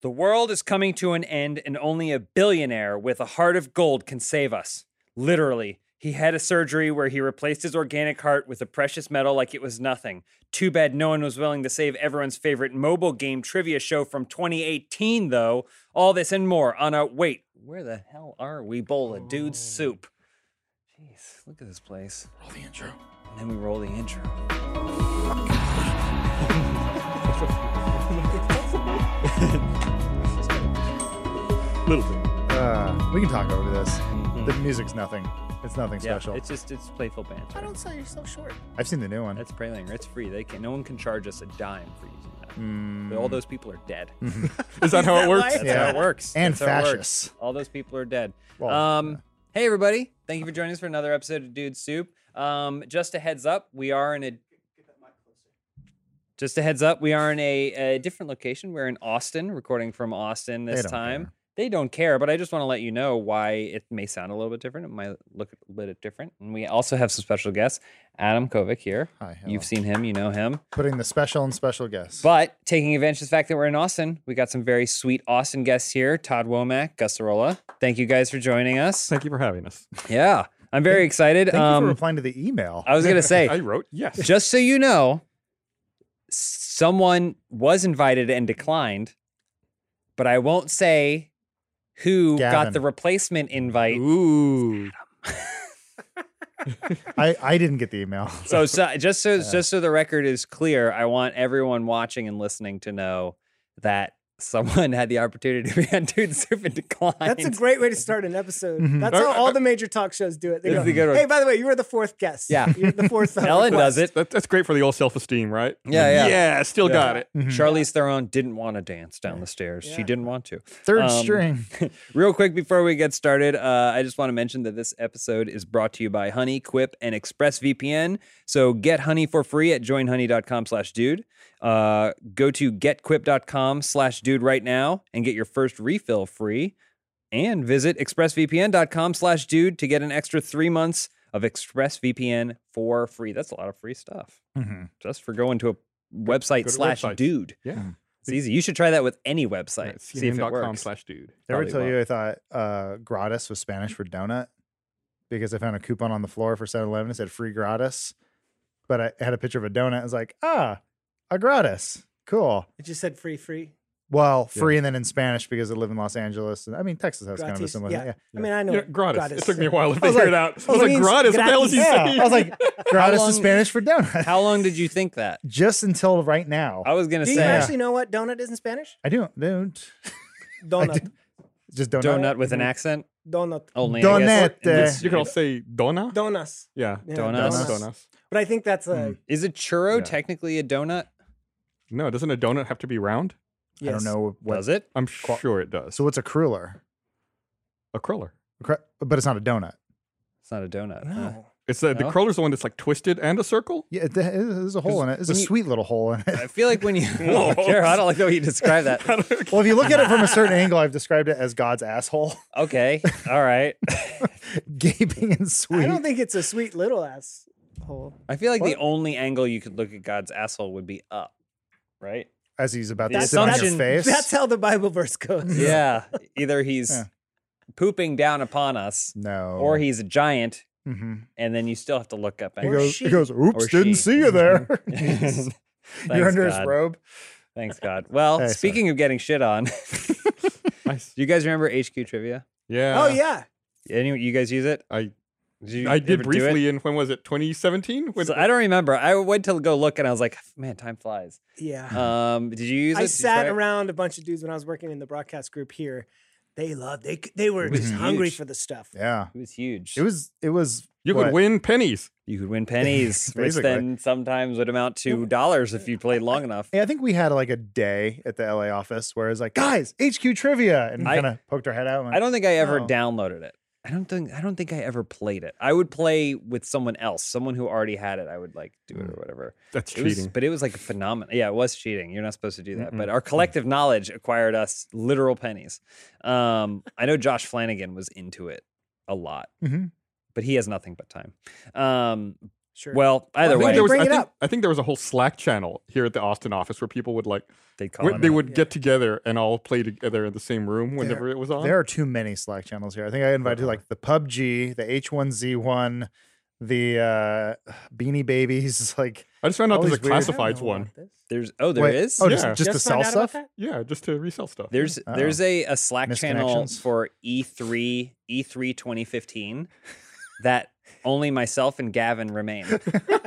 The world is coming to an end, and only a billionaire with a heart of gold can save us. Literally, he had a surgery where he replaced his organic heart with a precious metal like it was nothing. Too bad no one was willing to save everyone's favorite mobile game trivia show from 2018, though. All this and more on a wait, where the hell are we? Bowl of dude soup. Oh. Jeez, look at this place. Roll the intro. And then we roll the intro. Little bit. Uh, we can talk over this. The music's nothing. It's nothing Mm-hmm. Yeah, special. it's just it's playful banter. don't sell yourself short. I've seen the new one. That's Prelinger. It's free. They can no one can charge us a dime for using that. Mm, All those people are dead. Is that how it works? That's Yeah. how it works. And That's how it works. fascists. All those people are dead. Well, um, Hey, everybody. Thank you for joining us for another episode of Dude Soup. Um, just a heads up, we are in a. Just a heads up, we are in a, a different location. We're in Austin, recording from Austin this don't time. care. They don't care, but I just want to let you know why it may sound a little bit different. It might look a little bit different. And we also have some special guests. Adam Kovic here. Hi, hello. You've seen him, you know him. putting the special and special guests. But taking advantage of the fact that we're in Austin, we got some very sweet Austin guests here. Todd Womack, Gus Arola. Thank you guys for joining us. Thank you for having us. Yeah, I'm very excited. Thank you for Um, replying to the email. I was gonna I say, wrote yes. just so you know, someone was invited and declined, but I won't say who got Gavin. the replacement invite. Ooh. I, I didn't get the email. So, so just so just so the record is clear, I want everyone watching and listening to know that someone had the opportunity to be on Dude Soup and declined. That's a great way to start an episode. That's Uh, how uh, all the major talk shows do it. They This go, is a good one. hey, by the way, you were the fourth guest. Yeah. You're the fourth. uh, Ellen request." does it. That, that's great for the old self esteem, right? Yeah, yeah. Yeah, still Yeah. got it. Mm-hmm. Charlize Theron didn't want to dance down the stairs. She Yeah. didn't want to. Third Um, string. Real quick before we get started, uh, I just want to mention that this episode is brought to you by Honey, Quip, and ExpressVPN. So get Honey for free at joinhoney.com slash dude. Uh, go to getquip.com slash dude right now and get your first refill free. And visit expressvpn.com slash dude to get an extra three months of ExpressVPN for free. That's a lot of free stuff Mhm. just for going to a website go to slash websites. dude. Yeah. It's easy. You should try that with any website. see if it CNN.com works. slash dude. Did I ever probably tell won't. you I thought uh, gratis was Spanish for donut? Because I found a coupon on the floor for 7 Eleven. It said free gratis. But I had a picture of a donut. I was like, ah, a gratis. Cool. It just said free, free. Well, Yeah. free and then in Spanish because I live in Los Angeles. And I mean, Texas has kind of a Gratis. similar yeah. thing. Yeah. I mean, I know. Yeah, it. gratis. It took me a while to was figure like- it "Oh, out. I I was was like, like, gratis. What the hell is he gratis. Yeah, saying? I was like, gratis long- is Spanish for donut. How long did you think that? Just until right now. I was gonna Do you say actually know what donut is in Spanish? I don't, don't. Donut. Just donut. donut with an accent Donut. only. I guess, Donut, in uh, this- you can all say dona? Donuts. yeah. Yeah, Donuts. Donuts. But I think that's a. is a churro Yeah. technically a donut? No, doesn't a donut have to be round? I don't yes. know what. Does it? I'm sure it does. So what's a cruller? A cruller. A cru- But it's not a donut. It's not a donut. huh? No. It's uh, the No? cruller's the one that's like twisted and a circle. Yeah, it- there's a hole in it. There's a when you- sweet little hole in I it. feel like when you, Whoa. Carol, I don't like the way you describe that. Well, if you look at it from a certain angle, I've described it as God's asshole, Okay, all right. gaping and sweet. I don't think it's a sweet little ass hole. I feel like the What? only angle you could look at God's asshole would be up, right? as he's about The to sit on your assumption- face. That's how the Bible verse goes. Yeah. Either he's Yeah. Oh. pooping down upon us, no. or he's a giant, hmm and then you still have to look up. He and goes. she. He goes. Oops, Or didn't she. see you there. Thanks, You're under God. his robe. Thanks, God. Well, Hey, sorry. speaking of getting shit on, do Nice. you guys remember HQ Trivia? Yeah. Oh, yeah. Any, you guys use it? I Did you I did ever do it? briefly in when was it 2017? When So I don't remember. I went to go look, and I was like, "Man, time flies." Yeah. Um, did you use it? I Did you sat try it? around a bunch of dudes when I was working in the broadcast group here. They loved they c- they were It was just hungry huge. for the stuff. Yeah. It was huge. It was. It was. you what? could win pennies. you could win pennies, which Basically. then sometimes would amount to dollars if you played long enough. Yeah, I think we had like a day at the LA office where it was like, guys, HQ trivia, and I- kind of poked our head out. And I don't think I ever Oh. downloaded it. I don't think I don't think I ever played it. I would play with someone else, someone who already had it. I would like do it or whatever. That's It cheating. was- but it was like a phenomenon. Yeah, it was cheating. You're not supposed to do that. But Mm-mm. our collective knowledge acquired us literal pennies. Um, I know Josh Flanagan was into it a lot, Mhm. but he has nothing but time. Um, Sure. Well, either I I Why way, think, there do you was, bring I, it think, up? I think there was a whole Slack channel here at the Austin office where people would like they call w- him they out. would Yeah. get together and all play together in the same room whenever it was on. There are too many Slack channels here. I think I invited Uh-huh. like the PUBG, the H1Z1, the uh, Beanie Babies. Like, I just found out all there's a these weird- I don't classifieds know one. about this. There's oh, there wait, is. Oh, just, Yeah. just, to Just sell found out about stuff? that? Yeah, just to resell stuff. There's Oh. there's a, a Slack channel Misconnections. for E E3 E3 2015 that only myself and Gavin remain.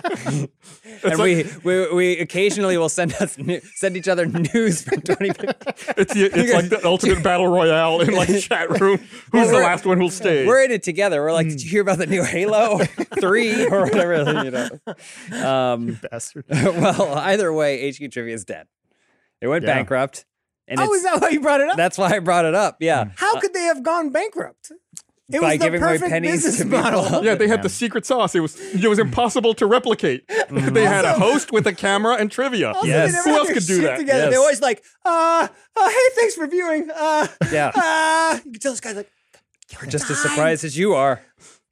It's and like- we, we we occasionally will send us new, send each other news from 2015. It's, the, it's like the ultimate battle royale in like chat room. Who's the we're- last one who'll stay? We're in it together. We're like, did you hear about the new Halo 3 Hmm. or whatever, you know. Um, Bastard. well, either way, HQ Trivia is dead. They went Yeah. bankrupt. And Oh, it's- is that why you brought it up? that's why I brought it up. Yeah. How could they have gone bankrupt? It By was the giving away perfect pennies business to people. model. yeah, they had man. the secret sauce. It was it was impossible to replicate. They had a host with a camera and trivia. Also, they Mm-hmm. Yes. never Who had else their could do shit that? Together. Yes. They're always like, uh, uh, hey, thanks for viewing. Uh, Yeah. Uh, you can tell this guy's like, We're just as surprised as you are.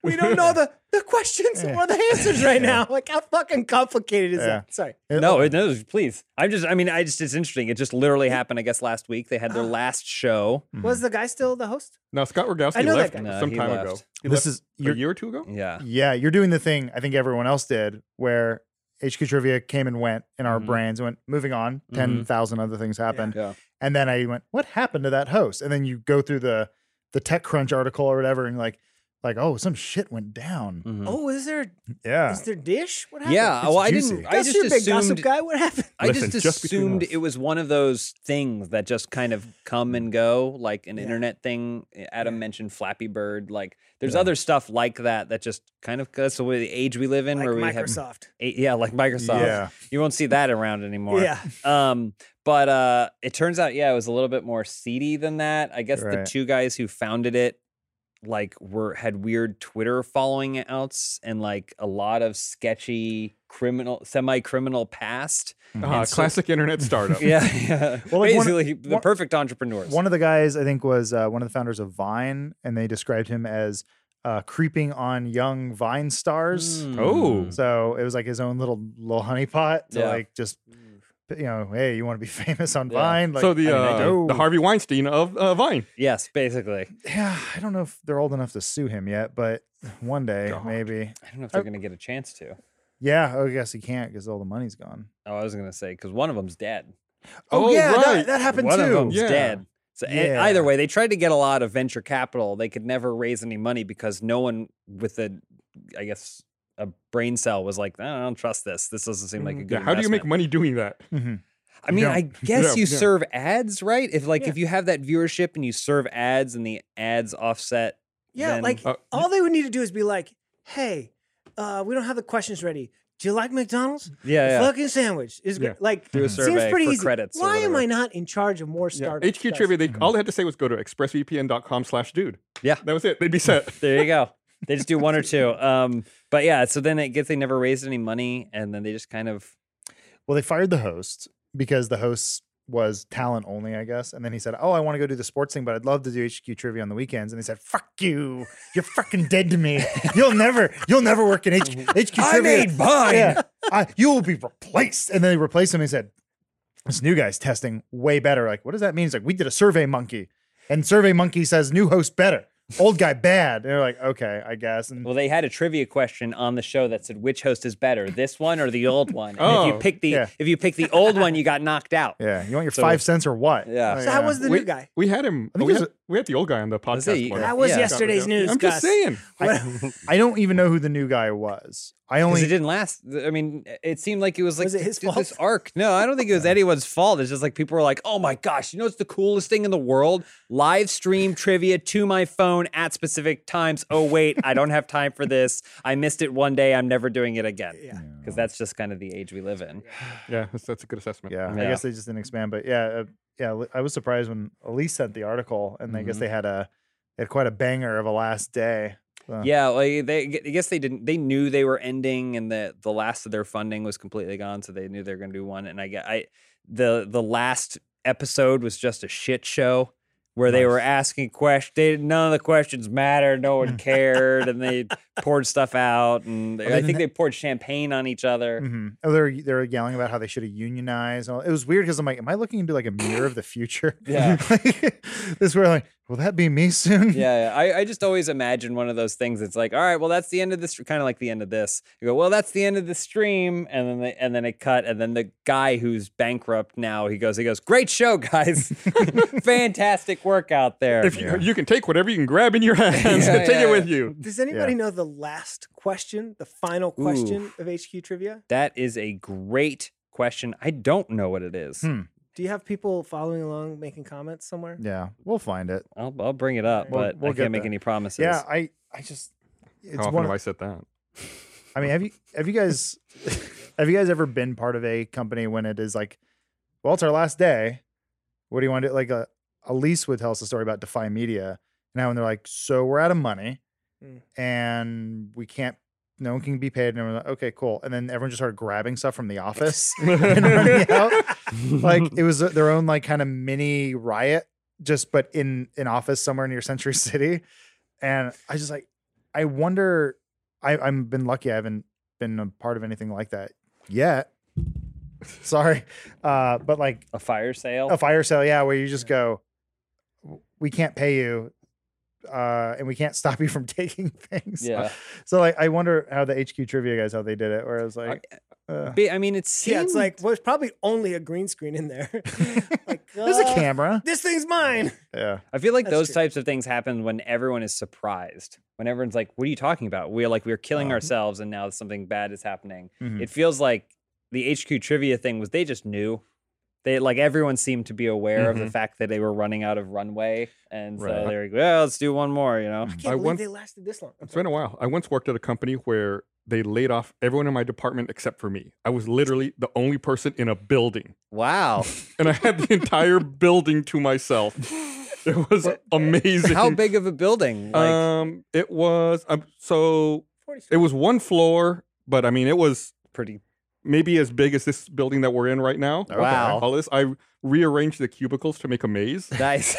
we don't know the, the questions or the answers right now. Like, how fucking complicated is Yeah. that? Sorry. No, it knows, please. I'm just I mean, I just it's interesting. It just literally happened, I guess, last week. They had their last show. Was the guy still the host? Now Scott I Rogowski know that left guy. No, some he time left. Mm-hmm. ago. He This left is a year or two ago. Yeah. Yeah, you're doing the thing I think everyone else did where HQ Trivia came and went in our Mhm. brains, went moving on, Mhm. 10,000 other things happened. Yeah. And then I went, what happened to that host? And then you go through the the TechCrunch article or whatever and like like oh some shit went down. Mhm. Oh, is there is Yeah. there dish? What happened? Yeah, well, I juicy. didn't. I That's just your big assumed. gossip guy. What happened? I Listen, just just between assumed us. it was one of those things that just kind of come and go, like an Yeah. internet thing. eh, Adam mentioned Flappy Bird. Like, there's other stuff like that that just kind of. That's the way the age we live in, Like where we have, Microsoft. eh, yeah, like Microsoft. Yeah. You won't see that around anymore. Yeah. Um, but uh, it turns out, yeah, it was a little bit more seedy than that. I guess the Right. two guys who founded it, like, were had weird Twitter following outs and like a lot of sketchy criminal, semi criminal past. Ah, so- classic internet startup. Yeah, yeah. Well, like, one- Basically, the one- perfect entrepreneurs. One of the guys I think was uh, one of the founders of Vine and they described him as uh, creeping on young Vine stars. Mm. Oh. So it was like his own little little honeypot to Yeah. like just you know, hey, you want to be famous on Yeah. Vine? Like, so the I mean, I uh, know- the Harvey Weinstein of uh, Vine. yes, basically. yeah, I don't know if they're old enough to sue him yet, but one day God. maybe. I don't know if they're gonna get a chance to. Yeah, oh, I guess he can't because all the money's gone. Oh, I was gonna say because one of them's dead. Oh, yeah, right. that, that happened one of too. them's Yeah. dead. So e- Yeah. either way, they tried to get a lot of venture capital. They could never raise any money because no one with a, I guess, a brain cell was like, "Nah, I don't trust this. This doesn't seem like a good. Mm, Yeah, how do you make investment." money doing that? Mm-hmm. Mhm. I mean, Yeah. I guess Yeah, you yeah. serve ads, right? If like Yeah. if you have that viewership and you serve ads and the ads offset, Yeah, then- like Uh, all they would need to do is be like, "Hey, uh, we don't have the questions ready. Do you like McDonald's? yeah, Fucking sandwich is Yeah. good. like do a Mhm. survey seems pretty for easy. credits. or Why am whatever. I not in charge of more Yeah. startups? HQ trivia. They mm-hmm. all they had to say was go to expressvpn.com/dude. Yeah. that was it. They'd be set. There you go. They just do one or two. Um, but yeah, so then it gets they never raised any money, and then they just kind of Well, they fired the host because the host was talent only, I guess. And then he said, "Oh, I want to go do the sports thing, but I'd love to do HQ trivia on the weekends." And they said, "Fuck you! You're fucking dead to me. You'll never, you'll never work in HQ, Mm-hmm. HQ trivia. Vine. yeah, I, you will be replaced." And then they replaced him. And he said, "This new guy's testing way better." Like, what does that mean? He's like, "We did a Survey Monkey, and Survey Monkey says new host better, old guy bad." And they're like, "Okay, I guess." And Well, they had a trivia question on the show that said which host is better, this one or the old one. And if Oh, you pick the yeah. if you pick the old one, you got knocked out. yeah, you want your So- five cents or what? Oh, Yeah. Like, So how uh, was the we, new guy? We had him. I think we, it had, was we had the old guy on the Was he- podcast. one. That That was Yeah. yesterday's Yeah. news. I'm just Gus. saying. I, I don't even know who the new guy was. I Because only it didn't last. I mean, it seemed like it was like Was it his th- this fault? arc. No, I don't think it was anyone's fault. It's just like people were like, "Oh my gosh, you know, it's the coolest thing in the world: live stream trivia to my phone at specific times." Oh wait, I don't have time for this. I missed it one day. I'm never doing it again. Yeah. because that's just kind of the age we live in. Yeah, that's, that's a good assessment. yeah, I Yeah. guess they just didn't expand. But yeah, uh, yeah, li- I was surprised when Elise sent the article, and I guess Mhm. they had a they had quite a banger of a last day. Uh, Yeah, like they, I guess they didn't. They knew they were ending, and that the last of their funding was completely gone, so they knew they were going to do one. And I get, I the the last episode was just a shit show. where they were asking questions. They, none of the questions mattered. No one cared, and they poured stuff out. And they- I didn't think they- they poured champagne on each other. Mhm. Oh, they're they're yelling about how they should have unionized. And all. It was weird because I'm like, am I looking into like a mirror of the future? Yeah. Like, this where like, will that be me soon? Yeah, yeah. I, I just always imagine one of those things. It's like, all right, well, that's the end of this. Kind of like the end of this. You go, well, that's the end of the stream, and then they, and then it cut, and then the guy who's bankrupt now, he goes, he goes, great show, guys, fantastic work out there. If you, you can take whatever you can grab in your hands Yeah, and take yeah, it with yeah. you. Does anybody know the last question, the final question Oof. of HQ trivia? that is a great question. I don't know what it is. Hmm. Do you have people following along, making comments somewhere? Yeah, we'll find it. I'll, I'll bring it up, We'll- but we'll I get can't make there. any promises. Yeah, I I just it's How often one. have of- I said that? I mean, have you have you guys have you guys ever been part of a company when it is like, well, it's our last day. What do you want to do? Like a Elise would tell us a story about Defy Media and how when they're like, so we're out of money, Mm. and we can't. No one can be paid, and everyone's like, "Okay, cool." And then everyone just started grabbing stuff from the office and running out. Like it was their own like kind of mini riot, just but in an office somewhere near Century City. And I just like, I wonder. I I've been lucky. I haven't been a part of anything like that yet. Sorry, uh, but like a fire sale. a fire sale, yeah, where you just go, we can't pay you, uh, and we can't stop you from taking things. yeah, So like, I wonder how the HQ trivia guys how they did it. Where I was like, uh, Be- I mean, it seemed Yeah, it's like well, there's probably only a green screen in there. like there's a uh, camera. This thing's mine. Yeah, I feel like That's those true. types of things happen when everyone is surprised. When everyone's like, "What are you talking about? We're like we're killing Uh-huh. ourselves, and now something bad is happening." Hmm. Mhm. It feels like the HQ trivia thing was they just knew. They like everyone seemed to be aware of the Mhm. fact that they were running out of runway, and Right. so they were like, "Well, let's do one more," you know. I can't I believe want- they lasted this long. I'm It's sorry. been a while. I once worked at a company where they laid off everyone in my department except for me. I was literally the only person in a building, Wow, and I had the entire building to myself. It was amazing. how big of a building? Like, um, it was um, so 40 it was one floor, but I mean it was pretty. maybe as big as this building that we're in right now. Wow. All this, I rearranged the cubicles to make a maze. Nice.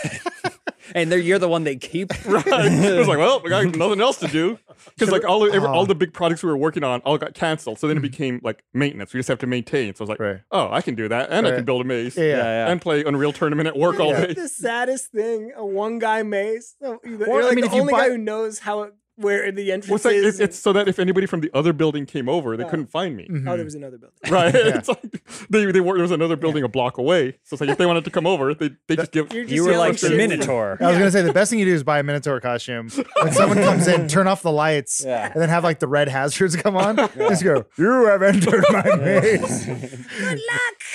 and they're, you're the one they keep. Right. it was like, well, I got nothing else to do because like all the, every- all Oh. the big projects we were working on all got canceled. So then Mm-hmm. it became like maintenance. We just have to maintain. So I was like, Right. oh, I can do that, and I can Right. build a maze, yeah. yeah. yeah, yeah. and play Unreal Tournament at work all Isn't day. that the saddest thing, a one guy maze. So you- You're Well, I like mean, the if you only buy- guy who knows how it, where the entrance What's like, is. it's, it's so that if anybody from the other building came over, they Oh. couldn't find me. and- oh, Mhm. there was another building. Right? Yeah. It's like they, they were, there was another building a block away. So it's like if they wanted to come over, they they just give. You're just You were yelling like the shit. Minotaur. I was gonna say the best thing you do is buy a Minotaur costume. When someone comes in, turn off the lights, Yeah. and then have like the red hazards come on. Just go. You have entered my maze. Good luck. En-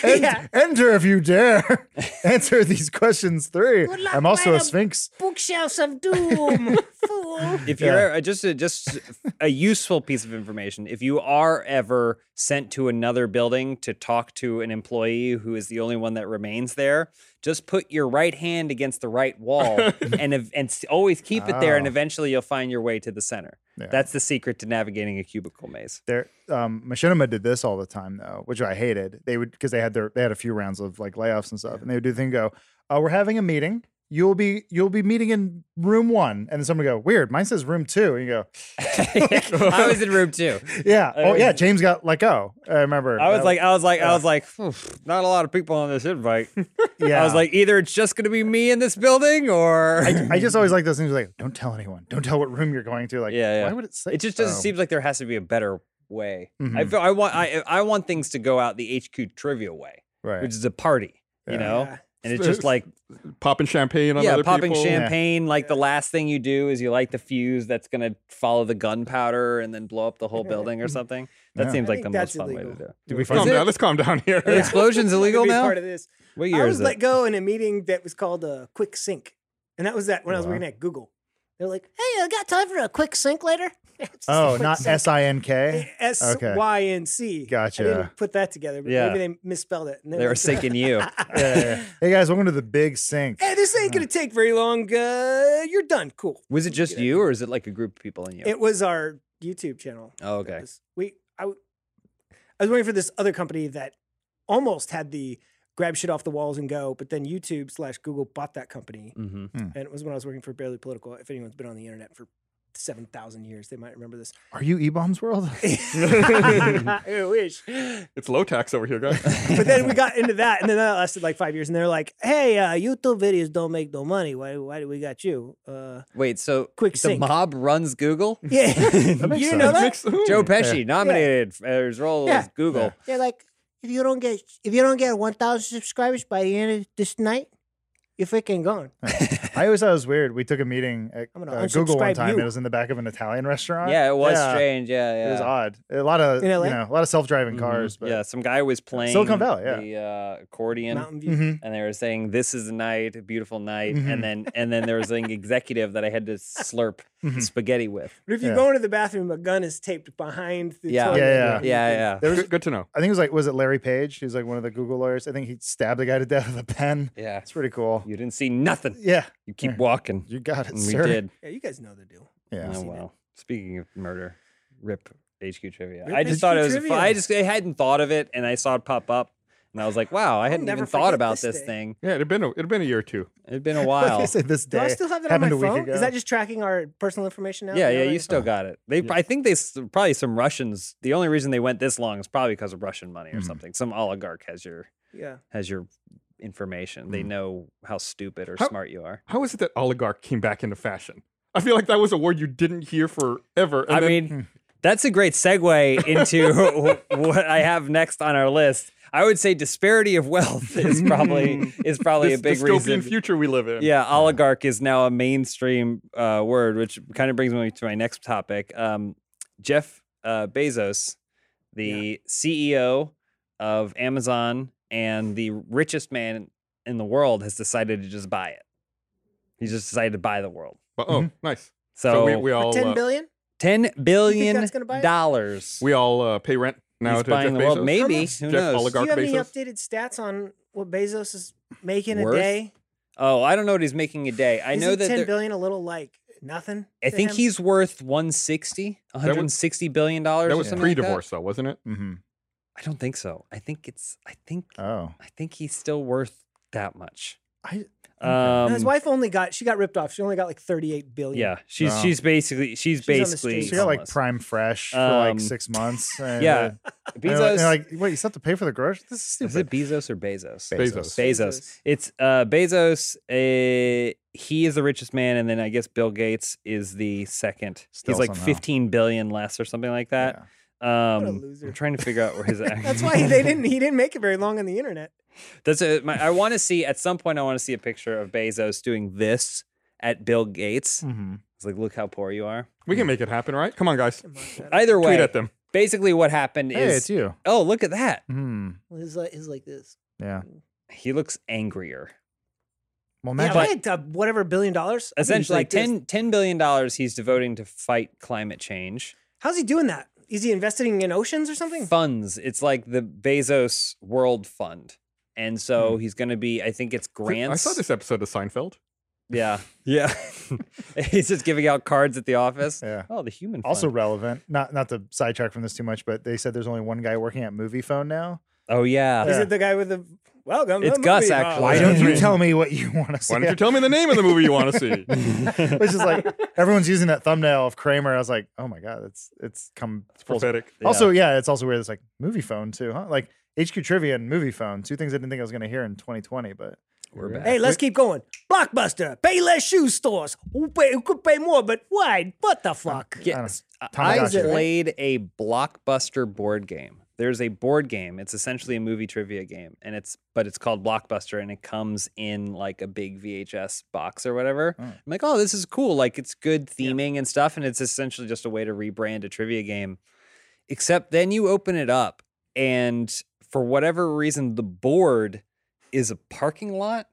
Hmm. Yeah. Enter if you dare. Answer these questions three. Good luck, I'm also a madam. sphinx. Bookshelves of doom. Fool. if you're uh, just a, just a useful piece of information, if you are ever sent to another building to talk to an employee who is the only one that remains there, just put your right hand against the right wall and ev- and s- always keep it there, and Ah. eventually you'll find your way to the center. Yeah. That's the secret to navigating a cubicle maze. There, um, Machinima did this all the time though, which I hated. They would because they had their they had a few rounds of like layoffs and stuff, and they would do the thing go, uh, "We're having a meeting. You'll be you'll be meeting in room one," and then someone would go, "Weird, mine says room two. and you go, I was in room two. "Yeah, I oh yeah, was- James got let go." I remember. I was That- like, I was like, I was like, "Phew, not a lot of people on this invite. yeah. I was like, either it's just going to be me in this building, or I just always like those things like, don't tell anyone. Don't tell what room you're going to. Like, Yeah, yeah. why would it say? It just doesn't Oh. seem like there has to be a better way. I Mhm. feel I want I I want things to go out the HQ trivia way, right. which is a party, you Yeah. know. Yeah. And it's just like popping champagne on yeah, other popping people. champagne. Like the last thing you do is you light the fuse that's gonna follow the gunpowder and then blow up the whole building or something. That Yeah. seems I like the think most that's fun way to illegal. do it. Did we Is Calm find it- down. Let's calm down here. Are explosions I'd like to illegal be now? Part of this. What I year was is let it? go in a meeting that was called a quick sync, and that was that when I was Wow. working at Google. They're like, "Hey, I got time for a quick sync later." It's just a Oh, quick not sync. S I N K. S Y N C. Gotcha. I didn't put that together, but Yeah. maybe they misspelled it. and it They were was- sinking you. Hey guys, welcome to the big sink. Hey, this ain't gonna take very long. Uh, you're done. Cool. Was it just you, or is it like a group of people in you? It was our YouTube channel. oh, that okay. was- We I, w- I was waiting for this other company that almost had the grab shit off the walls and go. But then YouTube slash Google bought that company, Mm-hmm. and it was when I was working for Barely Political. If anyone's been on the internet for seven thousand years, they might remember this. Are you E Bombs World? I wish. It's low tax over here, guys. But then we got into that, and then that lasted like five years. And they're like, "Hey, uh, YouTube videos don't make no money. Why? Why do we got you?" Uh, Wait, so Quick the sync. mob runs Google? yeah, you makes didn't know sense. that? Mix- ooh. Joe Pesci nominated for his role Yeah. as Google. They're like, if you don't get if you don't get one thousand subscribers by the end of this night, you're freaking gone. I always thought it was weird. We took a meeting at I'm gonna uh, Google one unsubscribe time. you. It was in the back of an Italian Yeah, restaurant. it was Yeah, strange. Yeah, yeah. It was odd. A lot of In you LA? know, a lot of self driving Mhm. cars. But yeah, some guy was playing Silicon Valley, yeah. the uh, accordion. Mountain View. Mhm. and they were saying this is a night a beautiful night Mhm. and then and then there was an executive that i had to slurp Mhm. spaghetti with But if you Yeah. go into the bathroom, a gun is taped behind the Yeah. toilet. Yeah, yeah yeah There was, good, good to know. I think it was like, was it Larry Page? He was like one of the Google lawyers. I think he stabbed a guy to death with a pen. yeah It's pretty cool. you didn't see nothing Yeah, you keep walking you got it, and we sir. did Yeah, you guys know the deal. Yeah. oh seen it. wow speaking of murder rip hq trivia Rip i just HQ thought it was fu- trivia. i just I hadn't thought of it and i saw it pop up and i was like wow i hadn't never even thought forget about this this day. thing Yeah, it'd been a, it'd been a year or two. it'd been a Like I while say, this Do day I still have that on my happened a week phone? ago. Is that just tracking our personal information now? yeah, You know yeah, what I you mean? still got it. They, Yeah. I think they s- probably some Russians. The only reason they went this long is probably because of Russian money or Mm-hmm. Mhm. something. Some oligarch has your Yeah. has your information. They Mhm. know how stupid or How- smart you are. How is it that oligarch came back into fashion? I feel like that was a word you didn't hear forever. and I then- Hmm. mean, that's a great segue into wh- what I have next on our list. I would say disparity of wealth is probably is probably this a big dystopian reason. future we live in. Yeah, oligarch is now a mainstream uh, word, which kind of brings me to my next topic. Um, Jeff uh, Bezos, the CEO of Amazon and the richest man in the world, has decided to just buy it. He just decided to buy the world. But, Mm-hmm. oh, nice. So, So, we, we all For ten uh, billion? ten billion that's gonna buy it? dollars. we all uh, pay rent now He's to buying Jeff the world. Bezos. Maybe much? who knows? Jeff Do you oligarch have any Bezos. updated stats on what Bezos is making Worth? a day? Oh, I don't know what he's making a day. I know Isn't that ten there- billion a little like nothing. I to think him? he's worth 160, 160 billion dollars. That or was something like pre-divorce, though, wasn't it? hmm I don't think so. I think it's. I think. Oh, I think he's still worth that much. I No, his Um, wife only got she got ripped off. She only got like thirty eight billion. Yeah, she's Wow. she's basically she's, She's on the basically. streets. so you're like homeless. prime fresh for Um, like six months. and, yeah, uh, and they're Bezos. like, wait, you still have to pay for the groceries? This is is stupid. it Bezos or Bezos? Bezos. Bezos. Bezos. It's uh, Bezos. Uh, he is the richest man, and then I guess Bill Gates is the second. Still He's like somehow. 15 billion less or something like that. Yeah. Um, a loser. I'm trying to figure out where his. That's why they didn't. He didn't make it very long on the internet. That's a, my, I want to see at some point. I want to see a picture of Bezos doing this at Bill Gates. Mhm. It's like, look how poor you are. We can make it happen, right? Come on, guys. Come on, man. Either Hmm. way, Tweet at them. basically what happened Hey, is it's you. oh look at that Hmm. He's like, he's like this. Yeah. he looks angrier Well, Yeah, imagine if I had uh, whatever billion dollars. I'd be essentially like this. 10, 10 billion dollars he's devoting to fight climate change How's he doing that? Is he investing in oceans or something? funds it's like the bezos world fund and so he's going to be i think it's grants I saw this episode of Seinfeld. yeah yeah he's just giving out cards at the office Yeah. oh the human Also fund. relevant. Not not to sidetrack from this too much, but they said there's only one guy working at Movie Phone now. oh yeah, Is Yeah. it the guy with the welcome? to It's the Gus, movie actually. hall? Why Why don't don't you you- tell me what you want to say? Why don't you tell me the name of the movie you want to see? Which is like everyone's using that thumbnail of Kramer. I was like, oh my god, it's it's come It's full circle. prophetic. Yeah. Also, yeah, it's also weird. It's like movie phone too, huh? Like HQ trivia and movie phone, two things I didn't think I was going to hear in 2020. But we're back Hey, let's keep going. Blockbuster, pay less shoe stores. Who pay- who could pay more, but why? What Uh, the fuck? Yeah, I don't s- I Tamagotchi. played a blockbuster board game. There's a board game. It's essentially a movie trivia game, and it's but it's called Blockbuster, and it comes in like a big VHS box or whatever. Hmm. I'm like, oh, this is cool. Like it's good theming and stuff, and it's essentially just a way to rebrand a trivia game. Except then you open it up, and for whatever reason, the board is a parking lot.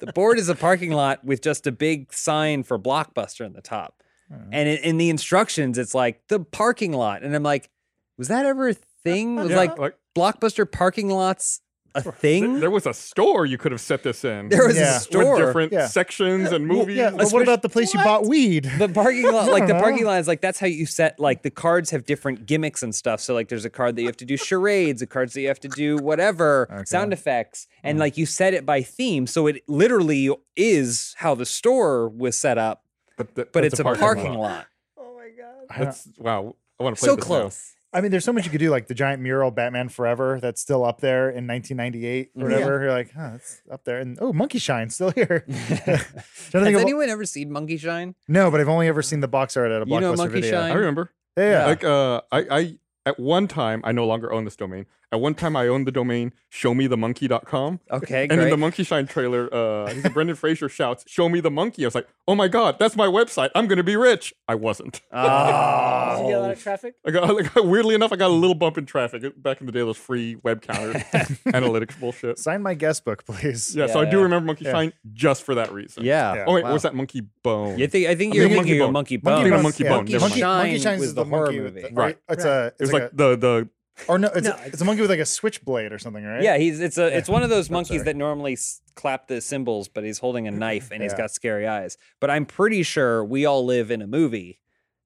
the board is a parking lot with just a big sign for Blockbuster on the top. Uh-huh. And in, in the instructions, it's like the parking lot. And I'm like, was that ever a thing? Was Yeah, like Blockbuster parking lots a Th- thing? There was a store you could have set this in. There was Yeah. a With store. With different Yeah. sections and movies. Yeah, but what about the place you bought weed? the parking lot, like the know. parking lot, is like that's how you set. Like the cards have different gimmicks and stuff. So like there's a card that you have to do charades, a cards that you have to do whatever sound effects, and like you set it by theme. So it literally is how the store was set up, But, the- but it's that's a parking, lot. Oh my god. I don't- That's wow. I want to play So this now. close. I mean, there's so much you could do, like the giant mural Batman Forever that's still up there in 1998 or Mhm. whatever. You're like, huh, it's up there, and oh, Monkey Shine's still here. Has Trying to think of- anyone ever seen Monkey Shine? no, but I've only ever seen the box art at a blockbuster You know Monkey video. Shine? I remember. Yeah, yeah. Like uh, I, I at one time I no longer own this domain. At one time I owned the domain showmethemonkey.com. Okay, And in great. the Monkey Shine trailer, uh, Brendan Fraser shouts, "Show me the monkey!" I was like, "Oh my god, that's my website! I'm gonna be rich!" I wasn't. Ah. Did you get a lot of traffic? I got like, weirdly enough, I got a little bump in traffic back in the day. Those free web counter analytics bullshit. Sign my guest book, please. Yeah, so Yeah, I do yeah. remember Monkey Yeah. Shine just for that reason. yeah. Yeah. Oh wait, Wow. was that Monkey Bone? You think I think I'm you're thinking thinking of Monkey Monkey Bone. Thinking Bones, of Monkey yeah. Bone, never Monkey mind. Shine Shine's was is the horror monkey with movie. the- Right. It's a. It was it's like, like, the the a- or no, it's, No, a, it's a monkey with like a switchblade or something, right? Yeah, he's it's a it's one of those I'm monkeys sorry. that normally s- clap the cymbals, but he's holding a knife and he's Yeah. got scary eyes. But I'm pretty sure we all live in a movie,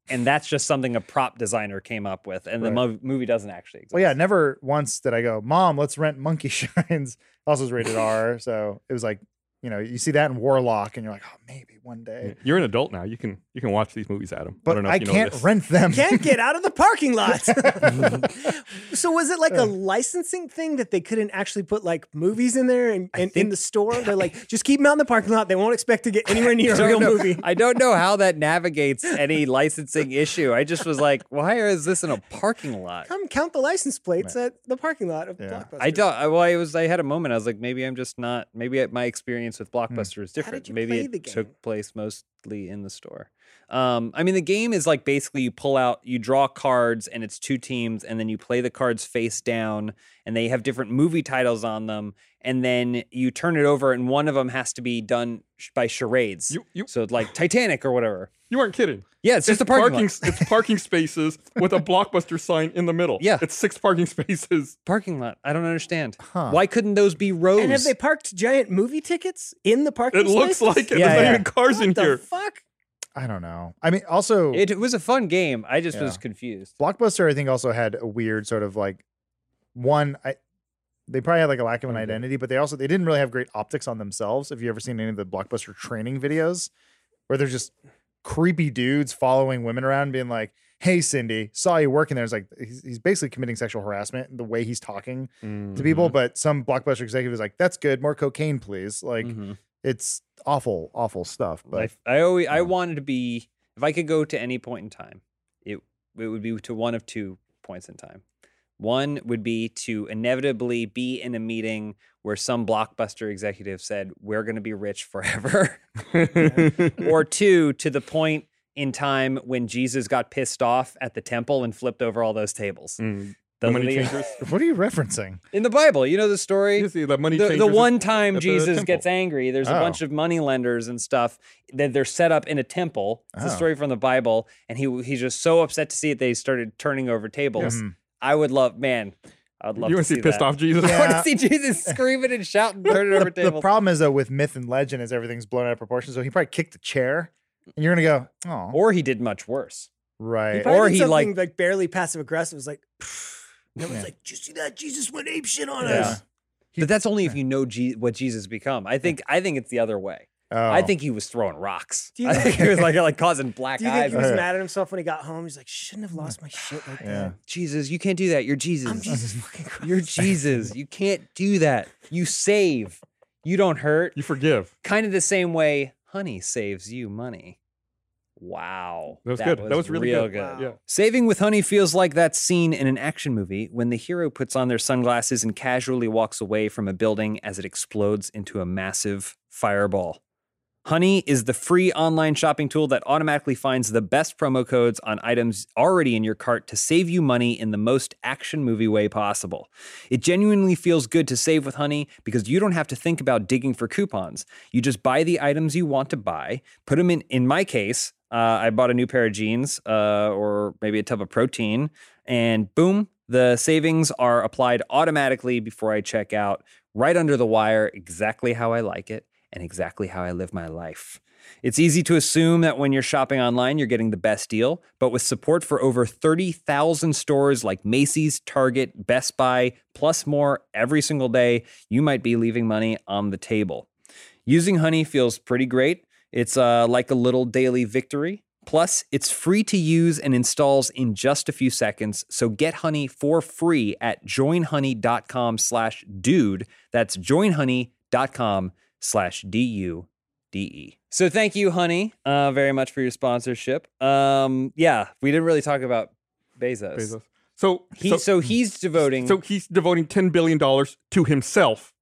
and that's just something a prop designer came up with, and the Right. mov- movie doesn't actually exist. Well, yeah. Never once did I go, Mom, let's rent Monkey Shines. also, it's rated R, so it was like, you know, you see that in Warlock, and you're like, oh, maybe one day. You're an adult now. You can you can watch these movies, Adam. I But don't know I, if you know can't this. rent them. Can't get out of the parking lot. so was it like Uh. a licensing thing that they couldn't actually put like movies in there and, and in think- the store? They're like, just keep them out in the parking lot. They won't expect to get anywhere near a don't real know- movie. I don't know how that navigates any licensing issue. I just was like, why is this in a parking lot? Come count the license plates at the parking lot of Yeah. Blockbuster. I don't. I- Well, I was. I had a moment. I was like, maybe I'm just not. Maybe I- my experience with Blockbuster is different. you maybe play it the game? took place mostly in the store. Um, I mean, the game is like basically you pull out, you draw cards, and it's two teams, and then you play the cards face down, and they have different movie titles on them, and then you turn it over, and one of them has to be done sh- by charades. You you so like Titanic or whatever. you aren't kidding. Yeah, it's just a parking lot. s- It's parking spaces with a blockbuster sign in the middle. Yeah. it's six parking spaces. Parking lot. I don't understand. Huh. Why couldn't those be rows? And have they parked giant movie tickets in the parking? It looks spaces? like it. Yeah, There's yeah. not even cars What in the here. fuck? I don't know. I mean, also, it, it was a fun game. I just Yeah. was confused. Blockbuster, I think, also had a weird sort of like one. I they probably had like a lack of an identity, but they also they didn't really have great optics on themselves. If you ever seen any of the Blockbuster training videos, where they're just creepy dudes following women around, being like, "Hey, Cindy, saw you working there." It's like he's, he's basically committing sexual harassment the way he's talking Mm-hmm. to people. But some Blockbuster executive is like, "That's good, more cocaine, please." Like Mhm. it's awful, awful stuff. But I, I always I yeah. wanted to be if I could go to any point in time, it it would be to one of two points in time. One would be to inevitably be in a meeting where some blockbuster executive said, "We're going to be rich forever," or two to the point in time when Jesus got pissed off at the temple and flipped over all those tables. Mm. Those The are money the- changers. what are you referencing? in the Bible, you know the story You see the money the, changers. the is- one time at the Jesus temple. gets angry, there's a Oh. bunch of money lenders and stuff that they're set up in a temple. It's a Oh. story from the Bible, and he he's just so upset to see it that he started turning over tables. Mhm. I would love, man, I would love You to want to see pissed that. off Jesus? I want to Yeah. see Jesus screaming and shouting, turning over the, the tables. problem is though with myth and legend is everything's blown out of proportion. So he probably kicked a chair, and you're gonna go, oh, or he did much worse. He right. probably Or did he, something, like- like barely passive aggressive. It was like, no one's Yeah. like, "Did you see that Jesus went ape shit on Yeah. us. But that's only if you know Je- what Jesus become. I think I think it's the other way. Oh. I think he was throwing rocks. Do you I think- think he was like like causing black Do you think eyes. he was Yeah. mad at himself when he got home? He's like, shouldn't have lost my shit like Yeah. Jesus, you can't do that. You're that. Jesus. I'm Jesus fucking Christ. You're Jesus. You can't do that. You save. You don't hurt. You forgive. Kind of the same way honey saves you money. Wow. That was good. that was really real good. Yeah. Saving with Honey feels like that scene in an action movie when the hero puts on their sunglasses and casually walks away from a building as it explodes into a massive fireball. Honey is the free online shopping tool that automatically finds the best promo codes on items already in your cart to save you money in the most action movie way possible. It genuinely feels good to save with Honey because you don't have to think about digging for coupons. You just buy the items you want to buy, put them in, in my case, uh, I bought a new pair of jeans uh, or maybe a tub of protein, and boom, The savings are applied automatically before I check out, right under the wire, exactly how I like it and exactly how I live my life. It's easy to assume that when you're shopping online, you're getting the best deal, but with support for over 30,000 stores like Macy's, Target, Best Buy, plus more every single day, you might be leaving money on the table. Using Honey feels pretty great. It's uh, like a little daily victory. Plus, it's free to use and installs in just a few seconds. So get Honey for free at joinhoney.com slash dude. That's joinhoney.com slash D-U DE. E. So thank you, honey, uh, very much for your sponsorship. Um, yeah, we didn't really talk about Bezos. Bezos. So He, so, so, he's devoting. so he's devoting ten billion dollars to himself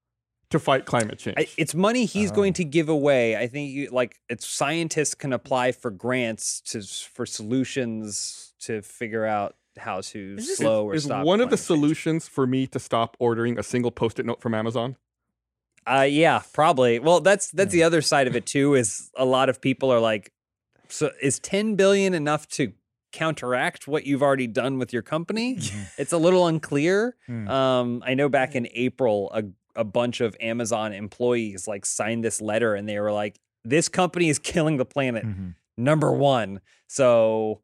to fight climate change. I, it's money he's going to give away. I think you, like it's scientists can apply for grants to for solutions to figure out how to Is this- slow or is stop. one of the climate change. solutions for me to stop ordering a single post-it note from Amazon? Uh, yeah, probably. Well, that's that's Hmm. the other side of it too. Is a lot of people are like, so is ten billion enough to counteract what you've already done with your company? Mm-hmm. it's a little unclear. Hmm. Um, I know Hmm. back in April, a a bunch of Amazon employees like signed this letter, and they were like, "This company is killing the planet." Mhm. number one. So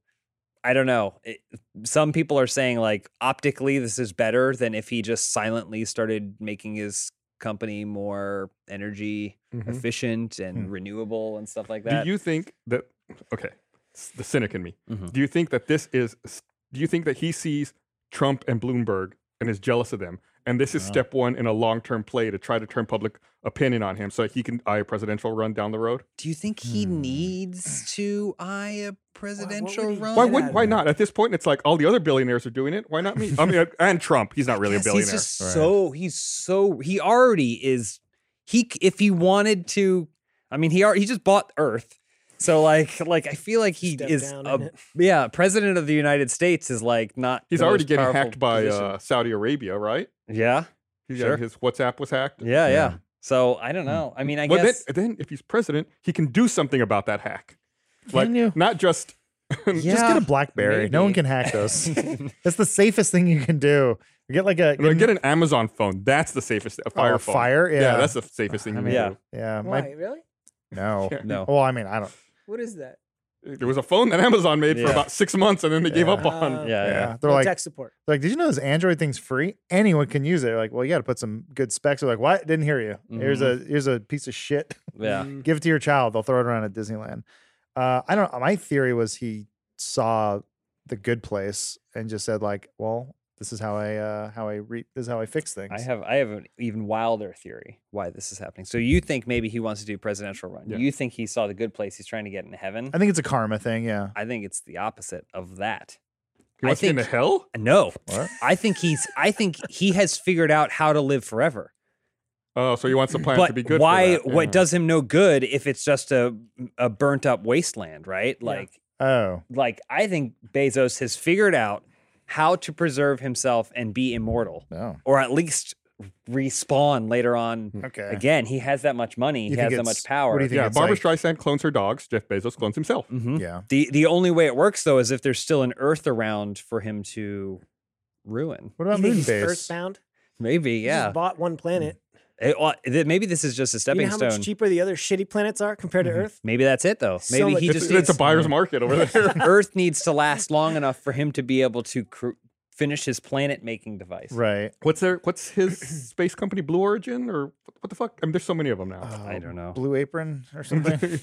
I don't know. It, some people are saying like optically this is better than if he just silently started making his company more energy Mhm. efficient and Hmm. renewable and stuff like that. Do you think that? Okay, s- the cynic in me. Mhm. Do you think that this is? Do you think that he sees Trump and Bloomberg and is jealous of them? And this is Uh-huh. step one in a long-term play to try to turn public opinion on him, so that he can eye a presidential run down the road. Do you think he Hmm. needs to eye a presidential he- run? Why? Yeah. Why, why not? At this point, it's like all the other billionaires are doing it. Why not me? I mean, and Trump. He's not really a Yes, billionaire. He's just Right. so he's so he already is. He c- if he wanted to, I mean, he already he just bought Earth. So like like I feel like he Step is down, a- innit? yeah president of the United States is like not He's the already most getting powerful hacked by position. uh, Saudi Arabia, right? yeah He's Sure. His WhatsApp was hacked. yeah yeah. So I don't know. I mean I well, guess then, then if he's president, he can do something about that hack. Like Can you? not just yeah. Just get a Blackberry. No one maybe. can hack those. That's the safest thing you can do. Get like a like, get an Amazon phone. That's the safest. A Oh, fire a phone. Fire? Yeah. that's the safest thing. I you mean, can yeah. Why? My, really? no. Yeah. no. Well, I mean, I don't. What is that? do. There was a phone that Amazon made Yeah. for about six months, and then they gave Yeah. up Uh, on. Yeah, Yeah. yeah. They're No like, tech support. they're like, did you know this Android thing's free? Anyone can use it. They're like, well, you got to put some good specs. They're like, what? Didn't hear you. Here's a here's a piece of shit. Yeah. Mm. Give it to your child. They'll throw it around at Disneyland. Uh, I don't. My theory was he saw the good place and just said like, well, this is how I uh, how I re- this is how I fix things. I have I have an even wilder theory why this is happening. So you think maybe he wants to do presidential run? Yeah. You think he saw the good place? He's trying to get in heaven. I think it's a karma thing. Yeah. I think it's the opposite of that. He I wants to get think- into hell. No, What? I think he's. I think he has figured out how to live forever. Oh, so he wants the planet to But be good. for why? that. What Yeah. does him no good if it's just a a burnt up wasteland, right? Like, Oh. like I think Bezos has figured out how to preserve himself and be immortal, No. or at least respawn later on. Okay. Again, he has that much money. You he has think that much it's- power. what do you think Yeah, it's Barbara like- Streisand clones her dogs. Jeff Bezos clones himself. hmm Yeah. The the only way it works though is if there's still an Earth around for him to ruin. What You about think he's Moonbase? Earthbound? Maybe, He yeah. Just bought one planet. It- well, th- maybe this is just a You stepping know how stone. much cheaper the other shitty planets are compared to Earth? Maybe that's it though. So Maybe much- he It's, just it's a needs, buyer's market over there. Earth needs to last long enough for him to be able to cr- finish his planet making device. Right. what's their? What's his space company? Blue Origin or what the fuck? I mean, there's so many of them now. Oh, I don't know. Oh, Hmm. Blue Apron or something.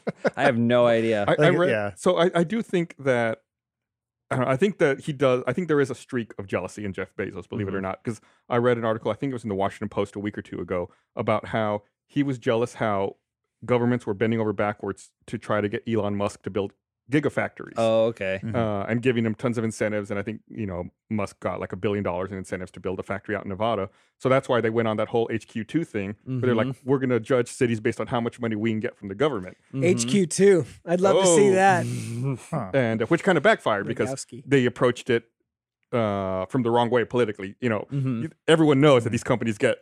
I have no idea. I, I Like, read, yeah. So I, I do think that I, don't know, I think that he does. I think there is a streak of jealousy in Jeff Bezos, believe it or not, because I read an article. I think it was in the Washington Post a week or two ago about how he was jealous how governments were bending over backwards to try to get Elon Musk to build gigafactories. oh, okay. Uh, and giving him tons of incentives, and I think you know Musk got like a billion dollars in incentives to build a factory out in Nevada. So that's why they went on that whole HQ two thing, where they're like, we're going to judge cities based on how much money we can get from the government. HQ two. I'd love to see Oh. that. and uh, which kind of backfired because Lebowski. they approached it uh, from the wrong way politically. You know, Mhm. Mm-hmm. you- everyone knows that these companies get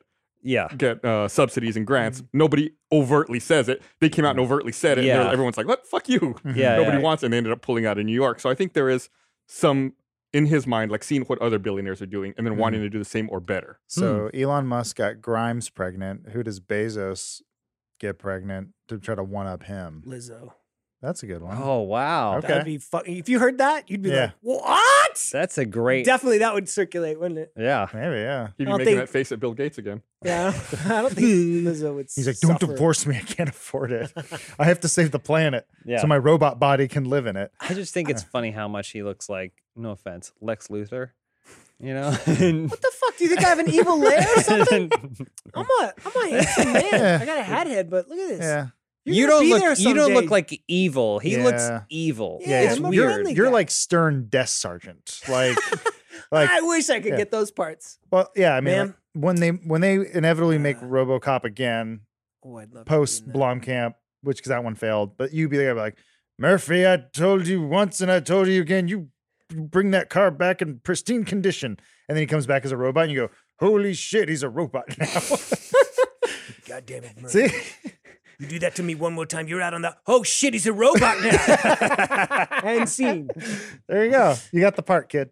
Yeah. get uh, subsidies and grants. Nobody overtly says it. They came out and overtly said it. and they're- Mm-hmm. Yeah. Mm-hmm. everyone's like, "What? Fuck you! Yeah. Nobody yeah. wants it." And they ended up pulling out in New York. So I think there is some in his mind, like seeing what other billionaires are doing and then wanting Mm-hmm. to do the same or better. So Elon Musk got Grimes pregnant. Who does Bezos get pregnant to try to one up him? Lizzo. That's a good one. Oh wow, Okay. That'd be fucking. If you heard that, you'd be Yeah. like, "What?" that's a great. Definitely, that would circulate, wouldn't it? yeah, Maybe, yeah. He'd be I'll making think- that face at Bill Gates again. Yeah, I don't think Lizzo would. He's like, don't suffer. divorce me. I can't afford it. I have to save the planet yeah. so my robot body can live in it. I just think it's funny how much he looks like. No offense, Lex Luthor. You know, and, What the fuck? Do you think I have an evil lair or something? I'm a, I'm a handsome man. Yeah. I got a hat head, but look at this. Yeah. You're you gonna don't be there look. You don't someday. look like evil. He looks Yeah. evil. Yeah, it's I'm a weird. friendly- You're guy. like stern desk sergeant. Like, like, I wish I could yeah. get those parts. well, yeah. I mean, like, Ma'am? when they when they inevitably make Uh, RoboCop again, Oh, I'd love to be post in that. Blomkamp, which because that one failed, but you'd be there like Murphy. I told you once, and I told you again. You bring that car back in pristine condition, and then he comes back as a robot, and you go, "Holy shit, he's a robot now." God damn it, Murray. See, You do that to me one more time, you're out on the. Oh shit, he's a robot now. and scene. there you go. You got the part, kid.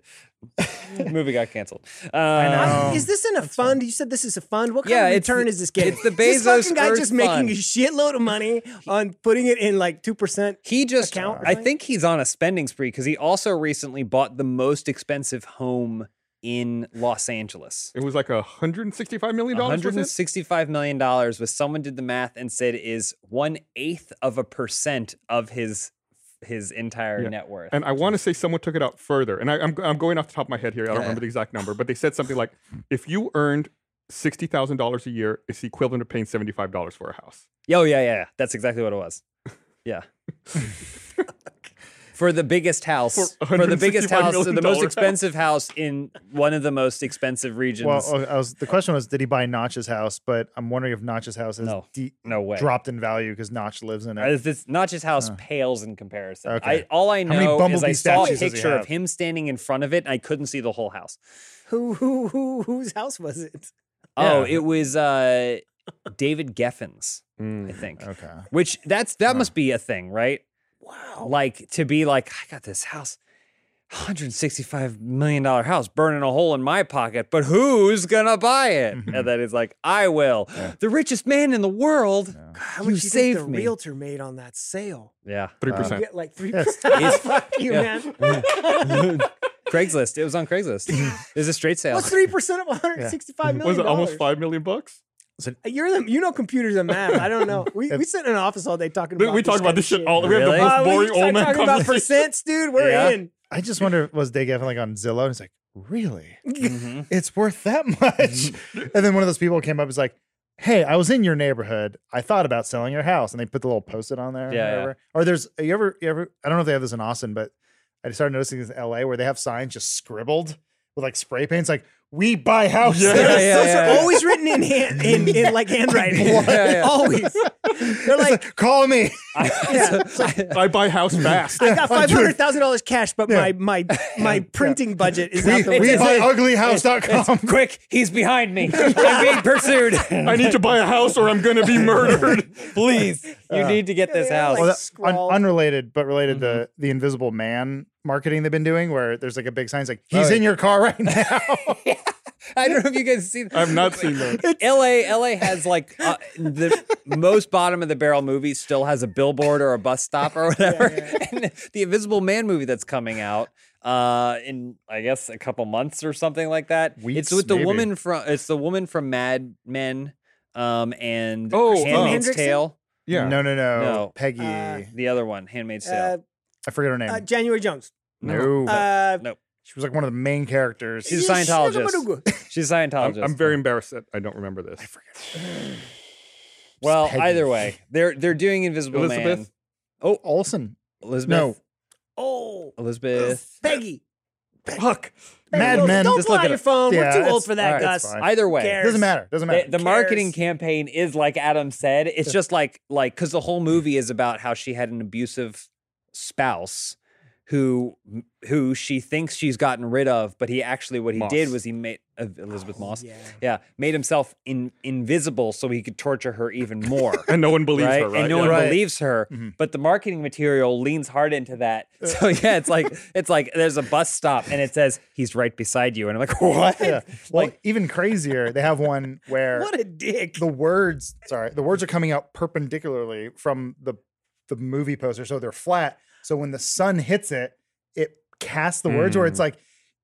movie got canceled. Uh, know. is this in a fund? You said this is a fund. What kind Yeah, of it's return the- is this getting? it's the This Bezos fucking guy Earth just making Fund. a shitload of money on putting it in like two percent. He just, account or I something? think he's on a spending spree because he also recently bought the most expensive home in Los Angeles. It was like a hundred and sixty-five million dollars. was it? $165 million was someone did the math and said is one eighth of a percent of his his entire Yeah. net worth. And I want to say someone took it out further. And I, I'm, I'm going off the top of my head here. I don't Yeah. remember the exact number, but they said something like, if you earned sixty thousand dollars a year, it's the equivalent of paying seventy-five dollars for a house. oh yeah, yeah, yeah. That's exactly what it was. Yeah. For the biggest house, For for, the biggest $165 house, the million most house. expensive house in one of the most expensive regions. Well, oh, I was, the question was, did he buy Notch's house? But I'm wondering if Notch's house has No. de- no way. dropped in value because Notch lives in Uh, it. This Notch's house pales in comparison. Okay. I, all I How many know is I bumblebee saw a statues does he picture of have? him standing in front of it, and I couldn't see the whole house. Who who who whose house was it? Oh, Yeah. it was uh, David Geffen's, I think. Mm, Okay. Which that's that must be a thing, right? Oh. Wow. Like to be like, I got this house, hundred sixty-five million dollar house, burning a hole in my pocket, but who's gonna buy it? Mm-hmm. And then it's like, I will. The richest man in the world. How You much do you think the saved me. realtor made on that sale? Yeah. Three You percent. get like three Yes. percent. Fuck you, Yeah. man. Craigslist. It was on Craigslist. it was a straight sale. What's three percent of 165 million? Was it almost dollars? five million bucks? You're the, you know computers and math. I don't know. We, we sit in an office all day talking We, about we talk about kind this of shit all. We Really? have the Uh, most boring we start old man talking about conversation. percents, dude. We're Yeah. in. I just wonder, was Dave Geffen like on Zillow? And he's like, really? Mhm. It's worth that much. Mm-hmm. and then one of those people came up and was like, hey, I was in your neighborhood. I thought about selling your house. And they put the little post it on there. or Yeah, yeah. whatever. Or there's, you ever, you ever, I don't know if they have this in Austin, but I started noticing this in LA where they have signs just scribbled with like spray paints, like, we buy houses. Yeah, yeah, Those yeah, are yeah. always written in hand, in, in like handwriting. Yeah, yeah. Always. They're It's like, like, call me. I buy house fast. I got five hundred thousand dollars cash, but my my my printing budget is We, out the we window. buy uglyhouse.com. Quick, he's behind me. I'm being pursued. I need to buy a house or I'm gonna be murdered. Please, Uh. you need to get this they are house. like- Well, that- un- scroll. unrelated but related to the Invisible Man marketing they've been doing, where there's like a big sign, it's like he's in your car right now. I don't know if you guys see that. I've not seen that. LA LA has like uh, the most bottom of the barrel movie still has a billboard or a bus stop or whatever. And the Invisible Man movie that's coming out uh in I guess a couple months or something like that. it's Weeks, with the maybe. woman from it's the woman from Mad Men um and Oh, oh. Handmaid's Hendrickson? Tale. Yeah. No, no, no, No. Peggy. Uh, The other one, Handmaid's Uh, Tale. I forget her name. uh, January Jones. no, Uh, No. she was like one of the main characters. She's a Scientologist. Shinagamadooga. She's a Scientologist. I'm, I'm very embarrassed that I don't remember this. Well, Peggy. either way, they're they're doing Invisible Man. Elizabeth? oh, Olsen. Elizabeth. No, Oh, Elizabeth. Peggy. Fuck. Peggy Mad Olson. Men. Don't Just pull look out it your up. phone. Yeah, We're too old that's- for that, all right, that's Gus. fine. Either way, Care. doesn't matter. Doesn't the, matter. the cares? marketing campaign is like Adam said. It's just like like because the whole movie is about how she had an abusive spouse who who she thinks she's gotten rid of, but he actually what he Moss. did was he made of Elizabeth Moss. yeah. made himself in, invisible so he could torture her even more. and no one believes right? her, right? And no Yeah. one Right. believes her. But the marketing material leans hard into that. So yeah, it's like it's like there's a bus stop and it says he's right beside you, and I'm like, what? Yeah. Well, Like even crazier, they have one where What a dick. the words sorry the words are coming out perpendicularly from the the movie poster so they're flat so when the sun hits it it casts the words where it's like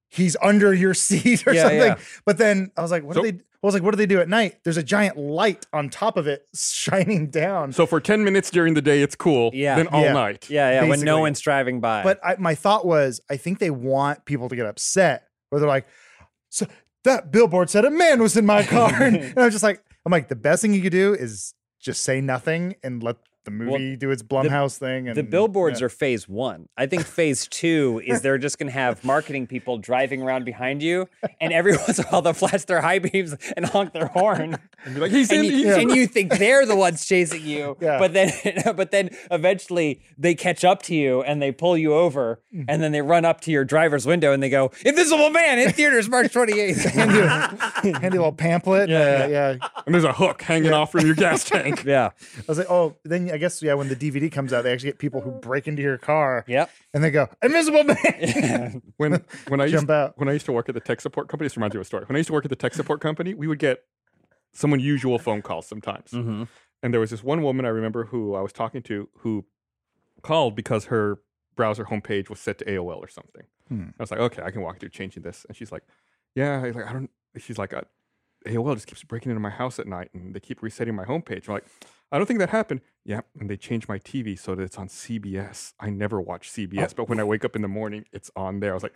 he's under your seat or Mm. Yeah, something yeah. but then i was like what So- do they I was like, what do they do at night? There's a giant light on top of it shining down. So for 10 minutes during the day, it's cool. Yeah. Then all Yeah. night. yeah, yeah. When no basically. one's driving by. but I, my thought was, I think they want people to get upset where they're like, so that billboard said a man was in my car. and I'm just like, I'm like, the best thing you could do is just say nothing and let the movie do its Blumhouse thing. And the billboards are phase one. I think phase two is they're just gonna have marketing people driving around behind you, and every once in a while they'll flash their high beams and honk their horn. And be like, he's in. and you, he's in. and you think they're the ones chasing you, Yeah. but then but then eventually they catch up to you and they pull you over, Mm-hmm. and then they run up to your driver's window and they go, "Invisible Man in theaters March 28th." handy, handy little pamphlet. Yeah, yeah. And there's a hook hanging off from your gas tank. yeah, I was like, oh, then I guess yeah. When the DVD comes out, they actually get people who break into your car. Yep. and they go invisible man. when when I used, Jump out. when I used to work at the tech support company, this reminds me of a story. When I used to work at the tech support company, we would get some unusual phone calls sometimes. Mm-hmm. And there was this one woman I remember who I was talking to who called because her browser homepage was set to AOL or something. Hmm. I was like, okay, I can walk through changing this. And she's like, yeah, I, like, I don't. She's like, uh, AOL just keeps breaking into my house at night, and they keep resetting my homepage. I'm like, I don't think that happened. Yeah, and they changed my TV so that it's on CBS. I never watch CBS, Oh. but when I wake up in the morning, it's on there. I was like,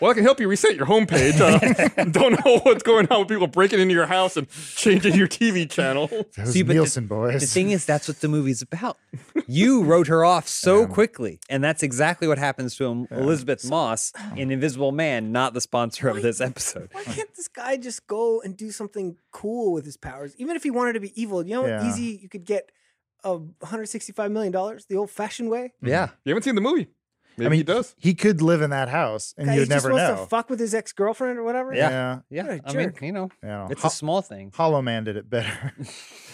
well, I can help you reset your homepage. Uh, don't know what's going on with people breaking into your house and changing your TV channel. Those See, but the- Nielsen boys. the thing is, that's what the movie's about. You wrote her off so quickly, and that's exactly what happens to em- Elizabeth Moss in Invisible Man, not the sponsor of this episode. Why can't this guy just go and do something cool with his powers? Even if he wanted to be evil, you know, Yeah. how easy you could get a 165 million dollars the old-fashioned way. Yeah, You haven't seen the movie. Maybe I mean, he does. He could live in that house, and Guy, you'd he just never wants know. to fuck with his ex-girlfriend or whatever. Yeah. yeah, yeah. What a I mean, jerk. you know, yeah. it's Ho- a small thing. Hollow Man did it better.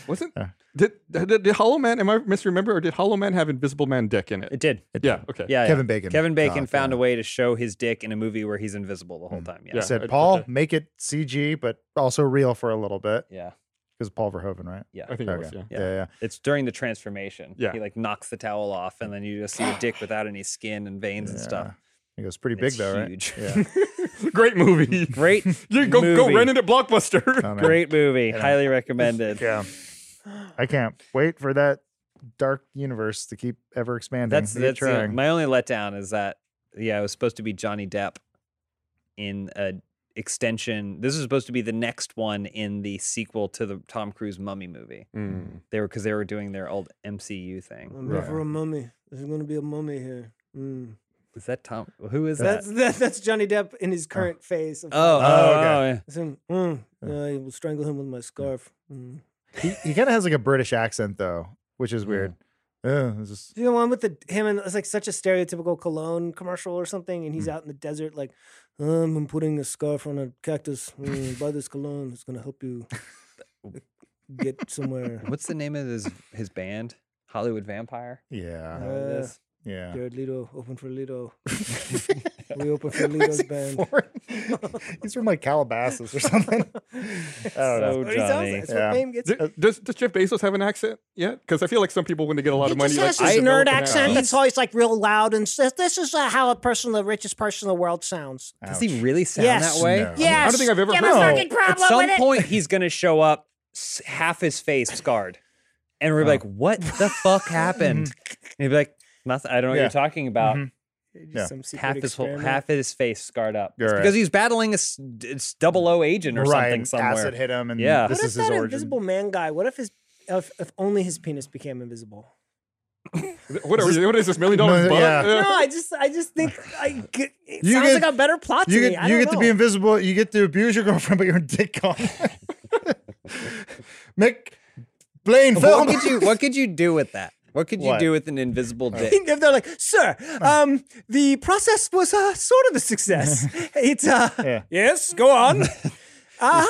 Wasn't uh. Yeah. did, did did Hollow Man? Am I misremember or did Hollow Man have Invisible Man dick in it? It did. yeah. Okay. Yeah, Kevin yeah. Bacon. Kevin Bacon Oh, found yeah. a way to show his dick in a movie where he's invisible the whole time. Yeah. I Yeah. Yeah. said, I'd put Paul, that- make it CG, but also real for a little bit. Yeah. Because Paul Verhoeven, right? I think it was. Yeah. Yeah, yeah. It's during the transformation. Yeah. He like knocks the towel off and then you just see a dick without any skin and veins and Yeah. stuff. He goes pretty It's big though, huge. right? Yeah. Great movie. Great. You go go movie. Um, rent it at Blockbuster. Oh, man. Great movie. Highly recommended. Yeah. I can't wait for that dark universe to keep ever expanding. That's Keep that's the- trying. my only letdown is that yeah, it was supposed to be Johnny Depp in a extension. This is supposed to be the next one in the sequel to the Tom Cruise Mummy movie. Mm. They were because they were doing their old MCU thing. I'm Right. here for a mummy. There's going to be a mummy here. Mm. Is that Tom? Who is that? That's that, that's Johnny Depp in his current phase. Of Oh, Oh, oh, okay. oh, yeah. It's him. Mm. I will strangle him with my scarf. Mm. he, he kind of has like a British accent though, which Mm. is weird. Yeah, it's just- You know, one with the him and it's like such a stereotypical cologne commercial or something, and he's out in the desert like, um, I'm putting a scarf on a cactus. Mm, buy this cologne. It's gonna help you get somewhere. What's the name of his his band? Hollywood Vampire. yeah, Is that what it Uh, is? yeah. Jared Leto, open for Leto. we open for Leto's band. Foreign- He's from like Calabasas or something. So That's what he sounds like. Johnny. That's what Yeah. fame gets. Did- does does Jeff Bezos have an accent yet? Because I feel like some people when they get a lot of money, like, this "I develop nerd an accent. always like real loud and says, "This is uh, how a person, the richest person in the world, sounds." Does he really sound Yes. that way? No. I don't think I've ever heard. No. At some point, he's gonna show up s- half his face scarred, and we're Oh. like, "What the fuck happened?" and he'd be like, "Nothing. I don't know Yeah. Mm-hmm. what you're talking about." Just Yeah. some secret Half his whole, experiment. half his face scarred up You're It's right. because he's battling a s- it's double O agent or something Ryan somewhere. acid hit him, and Yeah. this what is if his that origin. invisible man guy? What if his if, if only his penis became invisible? accent. What, are, what is this million dollars? No, butt? yeah. No, I just I just think I g- it You sounds get- like a better plot to You me. get I you don't get to be know. invisible. You get to abuse your girlfriend, but you're a dick on. Mick Blaine what film. could you What could you do with that? What could you What? Oh. do with an invisible dick? If they're like, sir, um, the process was uh, sort of a success. It's uh, Yeah. yes, go on. Ah!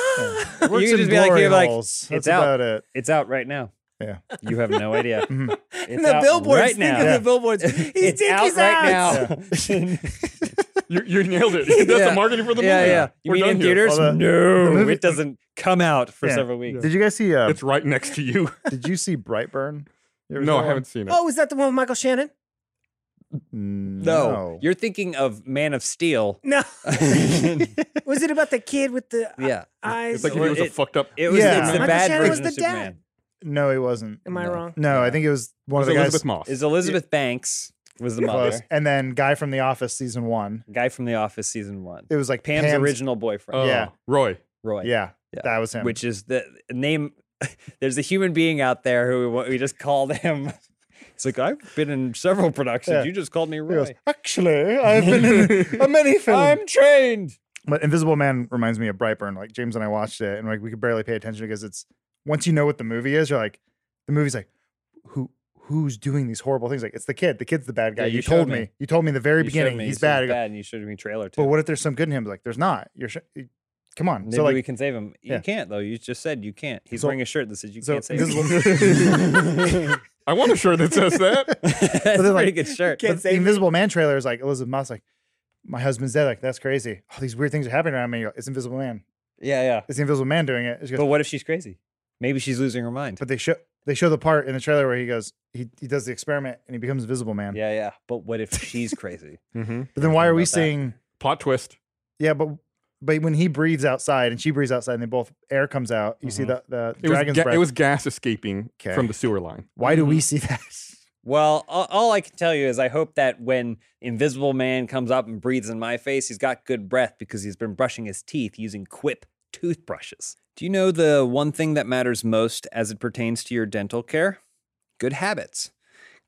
You Works could in just be like- glory you'd be like, holes. "It's That's out." about it. It's out right now. Yeah. You have no idea. Mhm. It's and the out billboards. right think now. of the billboards. He It's think out he's right out. now. You, you nailed it. That's Yeah. the marketing for the yeah, movie. yeah. You We're mean done in here. theaters? Well, the- no, the movie- it doesn't come out for Yeah. several weeks. Did you guys see? Uh, Oh, It's right next to you. did you see Brightburn? You ever No, saw I that haven't seen it. Oh, is that the one with Michael Shannon? one? No, no. you're thinking of Man of Steel. No. yeah, was it about the kid with the eyes? It's like if Well, he was a it- fucked up. it was Yeah. it's the Michael bad Shannon was version of the dad. Superman. No, he wasn't. Am I No. wrong? No, Yeah. I think it was one It's of the Elizabeth guys. Moss. Is Elizabeth Banks was the mother? Close. And then guy from The Office season one. Guy from The Office, season one. It was like Pam's, original boyfriend, Oh, yeah. Roy. Roy. Yeah, Yeah. that was him. which is the name. There's a human being out there who we, wa- we just called him. It's like I've been in several productions. Yeah. You just called me He Roy. goes, actually, I've been in a mini film. I'm trained. but Invisible Man reminds me of Brightburn. Like James and I watched it, and like we could barely pay attention because it's once you know what the movie is, you're like, the movie's like, who who's doing these horrible things? Like it's the kid. The kid's the bad guy. Yeah, you, you showed told me. me. You told me in the very You showed beginning me, he's you said bad. I go, and you showed me trailer too. But what if there's some good in him? Like there's not. You're sh- come on. Maybe so like we can save him. You yeah. can't though. You just said you can't. He's So- wearing a shirt that says you so can't save Invisible- him. I want a shirt that says that. That's a pretty like, good shirt. Can't the, the save me. Invisible Man trailer is like Elizabeth Moss like. My husband's dead. Like that's crazy. All these weird things are happening around me. You go, It's Invisible Man. Yeah, yeah. It's the Invisible Man doing it. She goes, But what if she's crazy? Maybe she's losing her mind. but they show they show the part in the trailer where he goes, he, he does the experiment and he becomes Invisible Man. Yeah, yeah. But what if she's crazy? mm-hmm. But then why are about we that. seeing? Plot twist. Yeah, but but when he breathes outside and she breathes outside and they both air comes out, you see Mm-hmm. the the It was, dragon's ga- breath. it was gas escaping Okay. from the sewer line. why Mm-hmm. do we see that? Well, all, all I can tell you is I hope that when Invisible Man comes up and breathes in my face, he's got good breath because he's been brushing his teeth using Quip toothbrushes. Do you know the one thing that matters most as it pertains to your dental care? Good habits.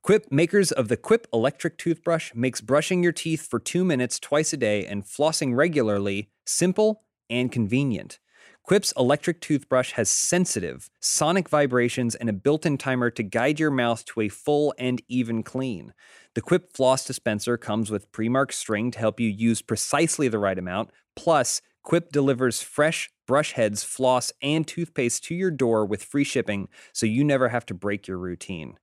Quip, makers of the Quip electric toothbrush, makes brushing your teeth for two minutes twice a day and flossing regularly simple and convenient. Quip's electric toothbrush has sensitive, sonic vibrations and a built in timer to guide your mouth to a full and even clean. The Quip floss dispenser comes with pre-marked string to help you use precisely the right amount. Plus, Quip delivers fresh brush heads, floss, and toothpaste to your door with free shipping so you never have to break your routine.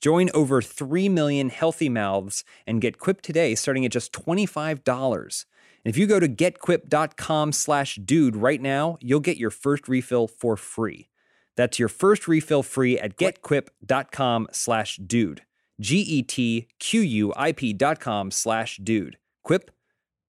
Join over 3 million healthy mouths and get Quip today starting at just $25. And if you go to getquip.com slash dude right now, you'll get your first refill for free. That's your first refill free at getquip.com slash dude. E G-E-T-Q-U-I-P dot com slash dude. Quip,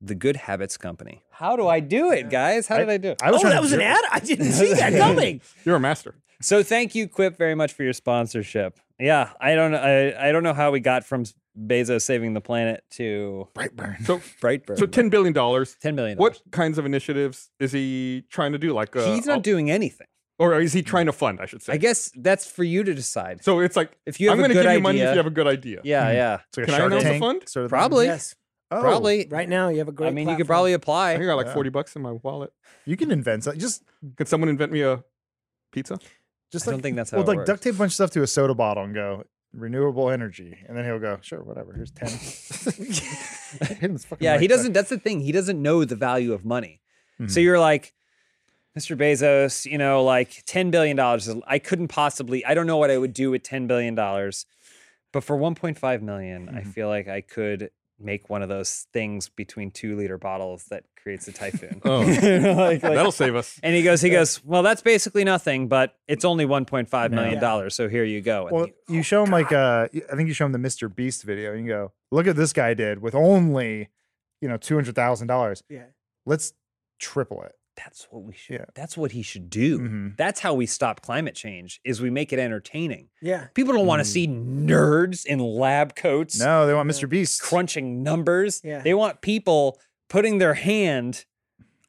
the good habits company. How do I do it, guys? How did I do it? I was oh, trying that to was jer- an ad? I didn't see that coming. You're a master. So thank you, Quip, very much for your sponsorship. Yeah, I don't, I, I don't know how we got from Bezos saving the planet to Brightburn. So, Brightburn. so ten billion dollars. ten million. What kinds of initiatives is he trying to do? Like uh, He's not I'll- doing anything. or is he trying to fund? I should say. I guess that's for you to decide. So it's like If you have I'm a gonna good give you money if idea- you have a Hmm. good idea. yeah, yeah, It's like Can I announce a fund? sort of thing. Probably. Yes. Oh, probably. Right now, you have a great I mean, you could platform. probably I think I apply. got like Yeah. forty bucks in my wallet. You can invent something. Just Could someone invent me a pizza? just I like don't think that's how well, it like works. duct tape a bunch of stuff to a soda bottle and go renewable energy, and then he'll go sure whatever. Here's ten. Hit him with fucking Yeah, he mic, Mm-hmm. doesn't. That's the thing. He doesn't know the value of money. So you're like, Mr. Bezos, you know, like ten billion dollars. I couldn't possibly. I don't know what I would do with ten billion dollars, but for one point five million, I feel like I could make one of those things between two liter bottles that creates a typhoon. Oh. You know, like- like- That'll save us. and he goes, he goes, well, that's basically nothing, but it's only one point five million Yeah. dollars. So here you oh, go. And Well, he- you show him like uh, y- I think you show him the Mr. Beast video, and you go, "Look at this guy did with only, you know, two hundred thousand dollars. Yeah. Let's triple it." that's what we should. Yeah. That's what he should do. Mhm. That's how we stop climate change. Is we make it entertaining. Yeah. People don't Mm. want to see nerds in lab coats No, they want Yeah. Mr. Beast. crunching numbers. Yeah. They want people putting their hand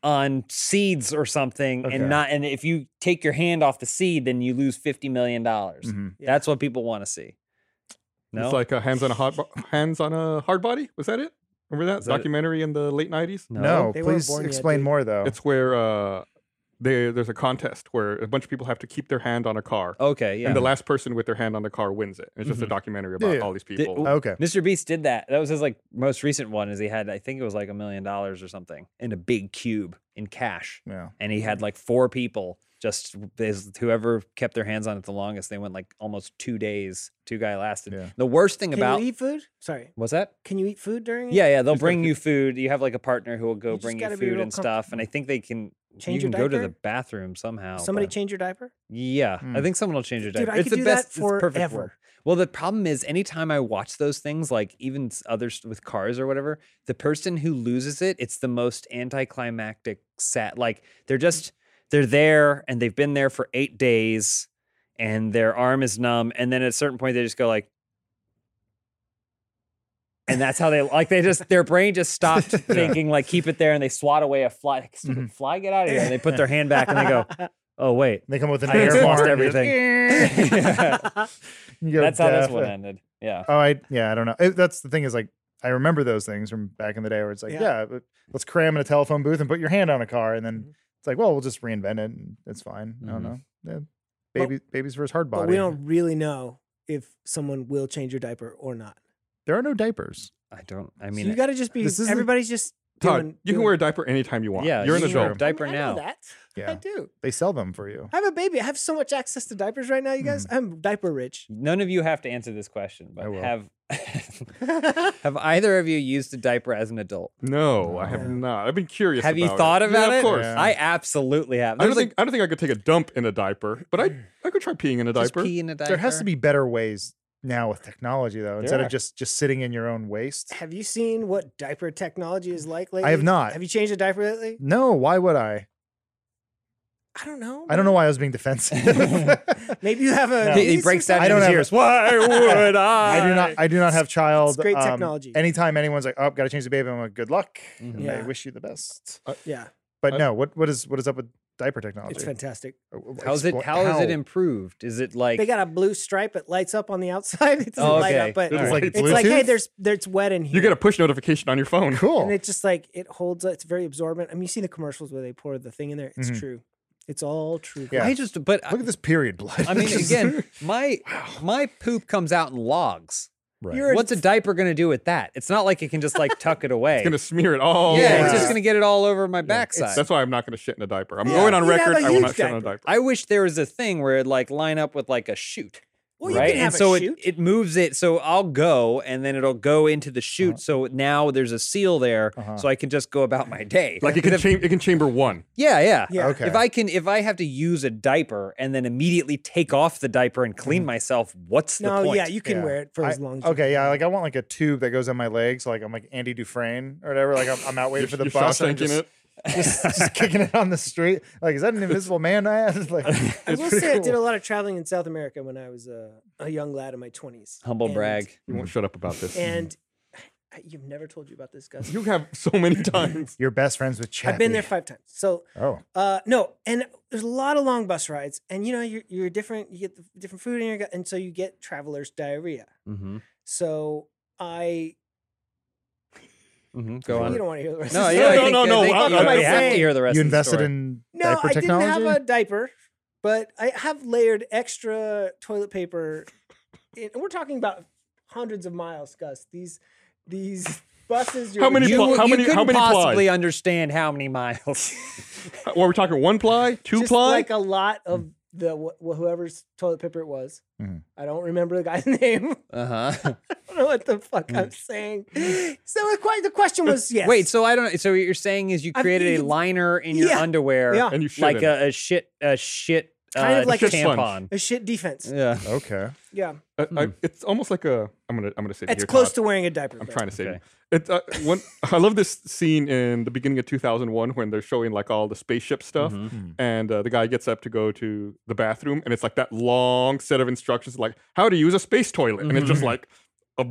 on seeds or something Okay. and not and if you take your hand off the seed then you lose 50 million dollars. Mhm. Yeah. That's what people want to see. No. Mm-hmm. It's like uh hands on a hot bo- hands on a hard body. Was that it? Remember that Is that it? documentary in the late nineties? No, They weren't please born yet, explain dude. more though. It's where uh, they, there's a contest where a bunch of people have to keep their hand on a car, Okay, Oh, yeah. and the last person with their hand on the car wins it. It's just a Mhm. documentary about yeah. all these Did- uh, people. Okay. Mr. Beast did that. That was his like most recent one. Is he had I think it was like a million dollars or something in a big cube in cash, Yeah. and he Mm-hmm. had like four people. Just his, whoever kept their hands on it the longest, they went like almost two days. Two guy lasted. Yeah. The worst thing Can about you eat food? Sorry. what's that? Can you eat food during it? Yeah, yeah. They'll Just gotta bring keep- you food. You have like a partner who will go You just bring you gotta be food real mm. and stuff. And I think they can Change you your can go to the diaper? bathroom somehow. Somebody but- change your diaper? yeah, I Mm. think someone will change your Hmm. Dude, diaper. I it's could the do that best. it's perfect forever. world. Well, the problem is, anytime I watch those things, like even s- others with cars or whatever, the person who loses it, it's the most anticlimactic set. Like they're just they're there and they've been there for eight days, and their arm is numb, and then at a certain point they just go like. And that's how they like they just their brain just stopped thinking like keep it there and they swat away a fly like, Mm-hmm. stupid fly get out of here and they put their hand back and they go oh wait They come up with an I just air lost horn. everything. You go That's how this deaf. one ended. Yeah. Oh, I yeah, I don't know. It- that's the thing is like I remember those things from back in the day where it's like, Yeah. yeah, but let's cram in a telephone booth and put your hand on a car, and Mm-hmm. then it's like, well, we'll just reinvent it. and It's fine. I Mhm. don't know. Yeah. Baby, babies versus hard body. But we don't really know if someone will change your diaper or not. There are no diapers. I don't. I I mean, mean, you got to just be. this isn't- Everybody's just. Todd, doing, you can doing- wear a diaper anytime you want. Yeah, you're an you can wear a adult. diaper I know now. That. I Yeah, do. they sell them for you. I have a baby. I have so much access to diapers right now, you guys. Mm. I'm diaper rich. none of you have to answer this question, but I will. have have either of you used a diaper as an adult? No, I have Yeah. not. I've been curious. Have you about thought it. about yeah, it? Of course. Yeah. I absolutely have. I don't There's, like, think I don't think I could take a dump in a diaper, but I I could try peeing in a just diaper. pee in a diaper. There has to be better ways now with technology though. Instead are. of just just sitting in your own waste. Have you seen what diaper technology is like lately? I have not. Have you changed a diaper lately? No, why would I? I don't know. I don't know why I was being defensive. Maybe you have a. No. maybe He, he it's breaks some- down I in don't his have ears. Why would I? I do not. I do not have child. great um, technology. anytime anyone's like, "Oh, got to change the baby," I'm like, "Good luck. Mhm. and I Yeah. wish you the best." Yeah, But I- no, what what is what is up with diaper technology? Uh, Uh, it's fantastic. How's it? Explo- How is it improved? Is it like? they got a blue stripe. It lights up on the outside. It doesn't Oh, light okay. up, but It's it's, like like, hey, Bluetooth? there's there's wet in here. You get a push notification on your phone. cool. and it's just like it holds. It's very absorbent. I mean, you see the commercials where they pour the thing in there. It's Mhm. true. It's all true. Yeah. I just. But Look at this period blood. I mean, Just- again, my my poop comes out in logs. Right. You're What's a diaper going to do with that? It's not like it can just like tuck it away. It's gonna smear it all. yeah, over it's just you. going to get it all over my backside. Oh, That's why I'm not gonna shit in a diaper. I'm Yeah. going on You'd have record. a I will huge not shit in a diaper. diaper. I wish there was a thing where it like line up with like a chute. Well, right? you can and have so a shoot. It, it moves it. So I'll go and then it'll go into the Uh-huh. chute. So now there's a seal there. Uh-huh. So I can just go about my day. Like it can If- cham- it can chamber one. yeah, yeah. Yeah. Okay. If I can, if I have to use a diaper and then immediately take off the diaper and Mm-hmm. clean myself, what's the no, point? yeah, you can Yeah. wear it for I- as long. as you okay, want. yeah, like I want like a tube that goes on my legs, like I'm like Andy Dufresne or whatever. Like I'm, I'm out waiting for the You're bus and I'm Shawshanking just, it. just just kicking it on the street. Like, is that an invisible man? I asked. Like, I it's will pretty say I did cool. a lot of traveling in South America when I was a, a young lad in my twenties. Humble and, brag. You won't shut up about this. And I, you've never told you about this, Gus. you have so many times. You're best friends with Chappie. I've been there five times. So Oh, Uh, no, and there's a lot of long bus rides, and you know you're you're different. You get the different food in your gut, and so you get traveler's diarrhea. Mm-hmm. So I, Mm-hmm. Go you on. don't want to hear the rest. No, of the yeah, I story. think- No, no, I no, think well, you I'm already saying- have to hear the rest you of the invested story. in No, diaper I didn't technology. have a diaper, but I have layered extra toilet paper. In, and we're talking about hundreds of miles, Gus. These these buses. you're- How many you, pl- how you many- how couldn't many plies? possibly understand how many miles. Well, we're talking one ply, two just ply. like a lot of the wh- whoever's toilet paper it was. Mhm. I don't remember the guy's name. uh huh. I don't know what the fuck I'm saying. So the que- the question was Mm. yes. Uh, Wait, so I don't. So what you're saying is you I'm created a thinking- liner in your Yeah. underwear, Yeah. And you shit like in it. a, a shit, a shit, Kind uh, of like a- Shit tampon. sponge. a shit defense. Yeah. Okay. Yeah, Uh, I- it's almost like a. I'm gonna. I'm gonna say. it's close to wearing a diaper. I'm but- trying to save Okay. you. It's uh, one. I love this scene in the beginning of 2001 when they're showing like all the spaceship Uh-huh. stuff, Mm-hmm. Mm-hmm. and uh, the guy gets up to go to the bathroom, and it's like that long set of instructions, like how to use a space toilet, and it's just like a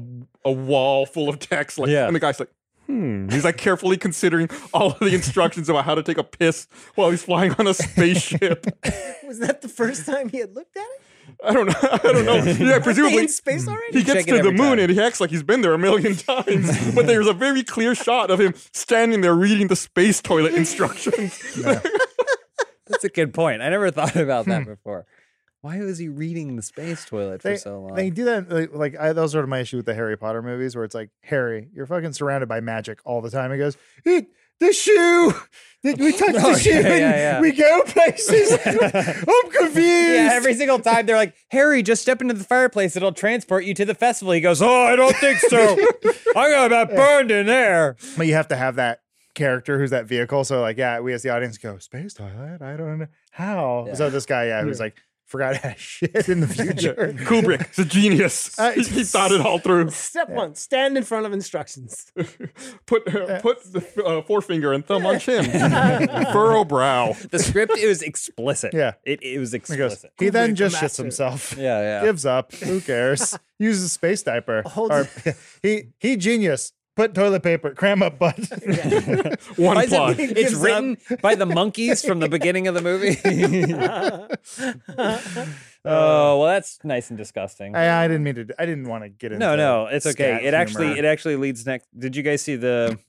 a wall full of text, like, Yeah. and the guy's like. Hmm. He's like carefully considering all of the instructions about how to take a piss while he's flying on a spaceship. Was that the first time he had looked at it? I don't know. I don't know. Yeah, Are they presumably in space Mm. already? He gets Check it to the every moon time. and he acts like he's been there a million times, but there's a very clear shot of him standing there reading the space toilet instructions. That's a good point. I never thought about that before. Why was he reading the space toilet for They- so long? They do that like, like I, that was sort of my issue with the Harry Potter movies, where it's like Harry, you're fucking surrounded by magic all the time. He goes, "Eh, the shoe, Did we touch Oh, the shoe, yeah, and yeah, yeah. we go places. I'm confused. yeah, every single time they're like, Harry, just step into the fireplace. It'll transport you to the festival. He goes, Oh, I don't think so. I got about burned in there. but you have to have that character who's that vehicle. So like, yeah, we as the audience go space toilet. I don't know how. Yeah. So this guy, yeah, who's like forgot how shit in the future. Kubrick, the genius. Uh, he, he thought it all through. Step one: stand in front of instructions. Put uh, put the uh, forefinger and thumb on chin. Furrow brow. The script it was explicit. Yeah. It, it was He goes. explicit. He then Kubrick, just the shits master. himself. Yeah, yeah. Gives up. Who cares? Uses a space diaper. Hold Or- he he genius. Put toilet paper. Cram up butt. Why One is it- plug. it's written by the monkeys from the beginning of the movie. oh well, that's nice and disgusting. I, I didn't mean to. I didn't want to get into. no, no, it's okay. scat It actually, humor. it actually leads next. Did you guys see the?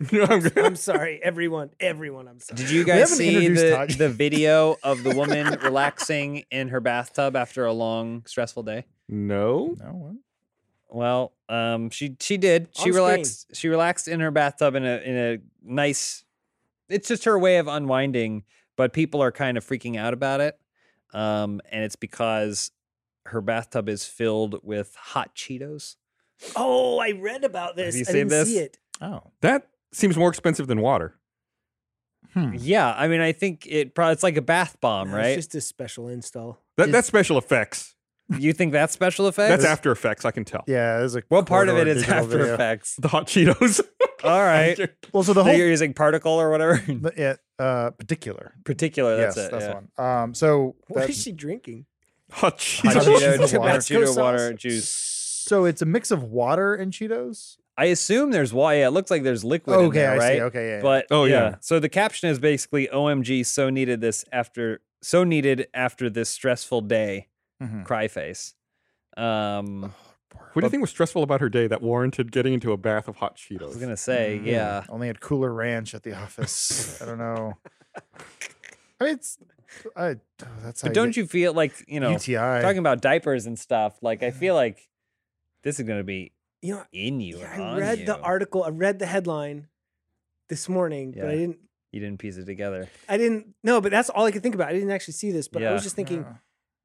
I'm sorry, everyone, everyone. I'm sorry. Did you guys haven't see introduced the, Todd yet. the video of the woman relaxing in her bathtub after a long, stressful day? No. No, what? Well, um, she she did. She On screen. relaxed. She relaxed in her bathtub in a in a nice. It's just her way of unwinding, but people are kind of freaking out about it, um, and it's because her bathtub is filled with hot Cheetos. Oh, I read about this. you I seen didn't this? see it. Oh, That seems more expensive than water. hmm. Yeah, I mean, I think it probably it's like a bath bomb, No, Um, right? It's just a special install. That, that's special effects. you think that's special effects? That's After Effects. I can tell. yeah. There's a What part of it corridor is digital After video. Effects? The hot Cheetos. All right, Well, so the So whole you're using particle or whatever. the, it, uh, particular. Particular, that's yes, it. that's yeah. the one. Um, so What that- is she drinking? hot Hot Cheetos. Cheeto, Tabasco water, Cheeto sauce. water, juice. so it's a mix of water and Cheetos. I assume there's why. Yeah, it looks like there's liquid. in Okay, there, I right? see. Okay, yeah. yeah. But Oh, oh yeah. yeah. So the caption is basically "OMG, so needed this after so needed after this stressful day." Mhm. Cry face. Um, What do you think was stressful about her day that warranted getting into a bath of hot I was Cheetos? gonna say, Mm. yeah. Only had Cooler Ranch at the office. I don't know. I mean, it's. I, oh, that's But don't you feel like you know UTI? talking about diapers and stuff? Like I feel like this is gonna be You know, in you. yeah, and I on read the you. article. I read the headline this morning, but I Yeah. didn't. You didn't piece it together. I didn't. No, but that's all I could think about. I didn't actually see this, but I Yeah. was just thinking Oh. Yeah.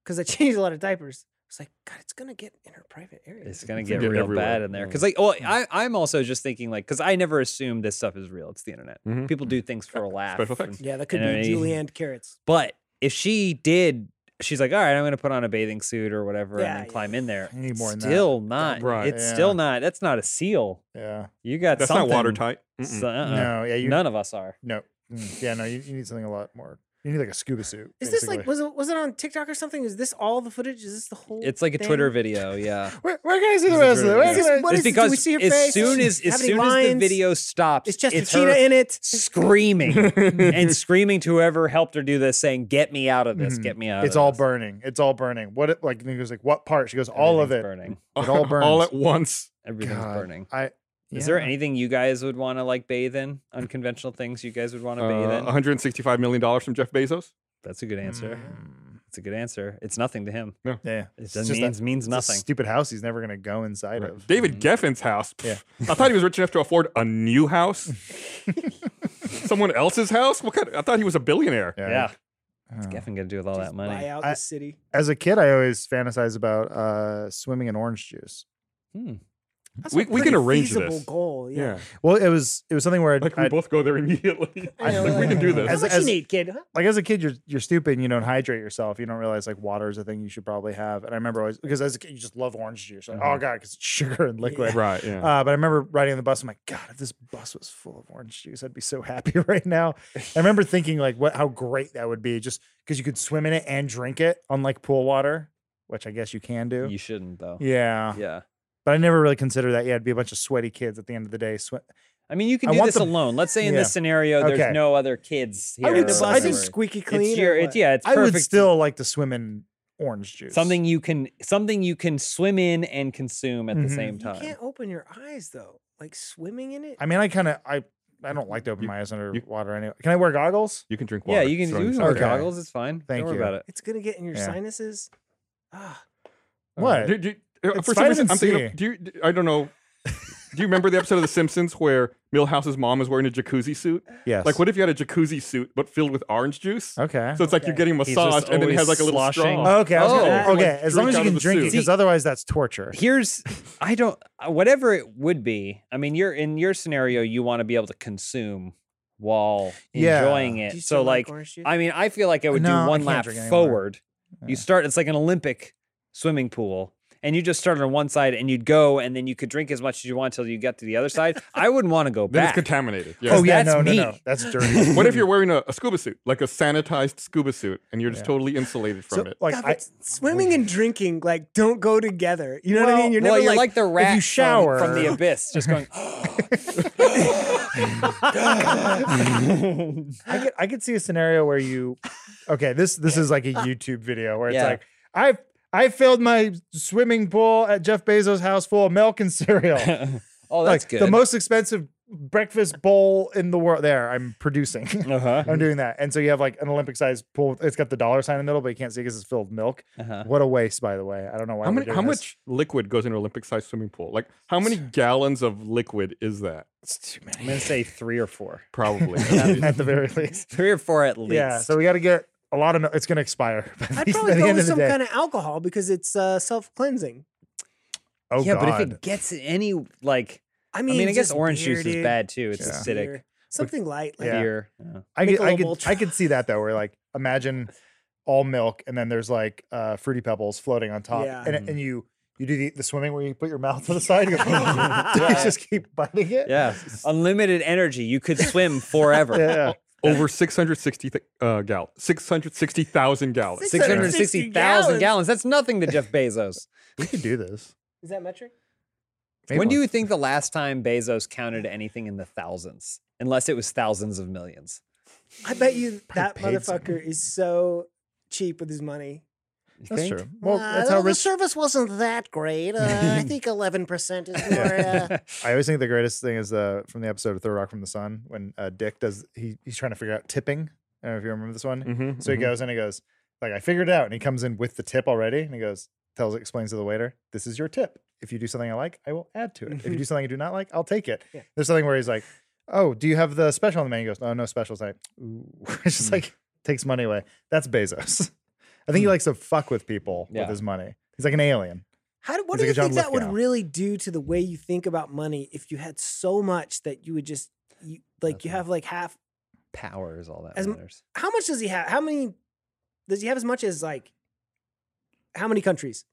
because I changed a lot of diapers. It's like God, it's gonna get in her private area. It's gonna It's get gonna get real everywhere. bad in there because, Yeah. like, well, I, I'm also just thinking, like, because I never assume this stuff is real. It's the internet. Mhm. People do things for a laugh. Special effects. and- Yeah, that could You know, be you- Julianne carrots. But if she did, she's like, all right, I'm going to put on a bathing suit or whatever Yeah, and then yeah. climb in there. I need more than that. Still not. Right. It's Yeah. still not. That's not a seal. Yeah. You got That's something. not watertight. So, Mm-mm. uh-uh. No. Yeah. You. None of us are. No. Mm, Yeah. No. You, you need something a lot more. You need like a scuba suit. Is this like basically. was it was it on TikTok or something? Is this all the footage? Is this the whole? It's like a thing? Twitter video. Yeah. Where, where can I see the This is rest of it? really Where good. can I- What it's is it? Do because we see your as face? soon as Have as any soon as the lines? video stops, It's just it's Regina her in it. screaming and screaming to whoever helped her do this, saying, "Get me out of this! Mhm. Get me out!" It's of all this." burning. It's all burning. What? It, like, and he goes like, what part? She goes, all of Everything's it. Burning. It all burns. all at once. Everything's God, burning. I. Is there yeah. anything you guys would want to like bathe in? Unconventional things you guys would want to bathe Uh, in? 165 million dollars from Jeff Bezos. That's a good answer. Mm, It's a good answer. It's nothing to him. Yeah. It It's does just that- means means it's a nothing. Stupid house. He's never gonna go inside of. Mm-hmm. David Geffen's house. Yeah. Pff, I thought he was rich enough to afford a new house. Someone else's house? What kind? Of, I thought he was a billionaire. yeah, Oh. Geffen gonna do with all that Just money. Buy out I- the city. As a kid, I always fantasize about uh, swimming in orange juice. Hmm. That's We- a we can pretty arrange feasible this. goal. Yeah. Well, it was it was something where I'd, Like we I'd- both go there immediately. I know, Like, we like- can do How this. As- much as- you need, kid? Huh? like as a kid, you're you're stupid and you don't hydrate yourself. You don't realize like water is a thing you should probably have. And I remember always because as a kid, you just love orange juice. Like, Oh god, because it's sugar and liquid. Right. Mm-hmm. Yeah. Uh, but I remember riding on the bus. I'm like, God, if this bus was full of orange juice, I'd be so happy right now. I remember thinking like, what, how great that would be, just because you could swim in it and drink it, unlike pool water, which I guess you can do. You shouldn't though. yeah. Yeah. but I never really considered that. Yeah, it'd be a bunch of sweaty kids at the end of the day. Sweat. I mean, you can I do want this the- alone. Let's say in Yeah. this scenario, Okay. there's no other kids here. I or would, so- I whatever. think just- squeaky clean. it's or your, what? it's yeah, it's I perfect. would still like to swim in orange juice. something you can something you can swim in and consume at the Mhm. same You time. can't open your eyes though. Like swimming in it. I mean, I kind of I I don't like to open You- my eyes under you- water anyway. Can I wear goggles? You can drink water. Yeah, you can, so you it's can wear okay. goggle- goggles. It's fine. Thank Don't worry you. about it. It's gonna get in your Yeah. sinuses. Ah, Uh, What? do- do- uh, It's for some reason, vitamin I'm thinking. Of, C. do you? do- I don't know. do you remember the episode of The Simpsons where Milhouse's mom is wearing a jacuzzi suit? Yes. Like, what if you had a jacuzzi suit but filled with orange juice? Oh, Okay. So it's like you're Okay. getting He's just massaged and then it always has like a little sloshing. straw. okay. I was Oh. gonna- Like, okay. as long as drink you out of can the drink it, suit. because otherwise that's torture. Here's I don't uh, whatever it would be. I mean, you're in your scenario, you want to be able to consume while Yeah. enjoying do you it. still So like, orange juice? I mean, I feel like I would No, I do one can't lap drink anymore. forward. Yeah. You start it's like an Olympic swimming pool. And you just started on one side and you'd go and then you could drink as much as you want till you got to the other side. I wouldn't want to go Then it's back. contaminated. Yeah. Oh, oh yeah, that's no, me. no, no, that's dirty. what if you're wearing a, a scuba suit, like a sanitized scuba suit, and you're just Yeah. totally insulated from so, it? like God, I, but swimming and drinking like don't go together. You know what I mean? You're well, never you're like, like, the rat from- you shower- from, the abyss, just going. "Oh." I could I could see a scenario where you okay, this this is like a YouTube video where it's Yeah. like I I filled my swimming pool at Jeff Bezos' house full of milk and cereal. oh, that's like good. the most expensive breakfast bowl in the world. There, I'm producing. uh-huh. I'm doing that. And so you have like an Olympic sized pool. It's got the dollar sign in the middle, but you can't see because it's filled with milk. Uh-huh. What a waste, by the way. I don't know why. how we're many, doing how this. much liquid goes in an Olympic-sized swimming pool? Like, how many gallons of liquid is that? It's too I'm many. gonna say three or four. Probably. at the very least. Three or four at least. Yeah. So we got to get a lot of milk. It's going to expire. by the- I'd by probably the go end of with the some day. kind of alcohol because it's uh, self cleansing. Oh yeah, God. but if it gets any like, I I mean, mean, I, guess just orange beer, juice dude. is bad too. It's Yeah. Just acidic. beer. Something light. Like, Yeah. Beer. yeah. I could, I Michelob could, Ultra. I could see that though, where like imagine all milk and then there's like uh, fruity pebbles floating on top, Yeah. and Mm-hmm. it- and you you do the, the swimming where you put your mouth to the side, and you, go, Yeah. you just keep biting it. Yeah. Unlimited energy. You could swim forever. yeah. Over 660 th- uh, gal, 660,000 gallons. Six hundred sixty thousand gallons. gallons. That's nothing to Jeff Bezos. We could do this. Is that metric? when do you think the last time Bezos counted anything in the thousands? Unless it was thousands of millions. I bet you that Probably paid motherfucker is so cheap with his money. You That's think? true. Well, Uh, that's how well, rich. service wasn't that great. Uh, I think eleven percent is more. uh, I always think the greatest thing is uh, from the episode of Third Rock from the Sun when uh, Dick does he he's trying to figure out tipping. I don't know if you remember this one. Mm-hmm. Mhm, So he mhm. goes and he goes, like, I figured it out. And he comes in with the tip already and he goes, tells, explains to the waiter, this is your tip. If you do something I like, I will add to it. Mm-hmm. If you do something I do not like, I'll take it. Yeah. There's something where he's like, oh, do you have the special on the menu? He goes, oh, no special tonight. Ooh. it's Mm. just like, takes money away. That's Bezos. I think he likes to fuck with people Yeah. with his money. He's like an alien. How do, He's like what do a you think John that would Lithgow. really do to the way you think about money if you had so much that you would just you, like you Nothing. have like half? Power is all that As m- matters. How much does he have? How many does he have? As much as like how many countries?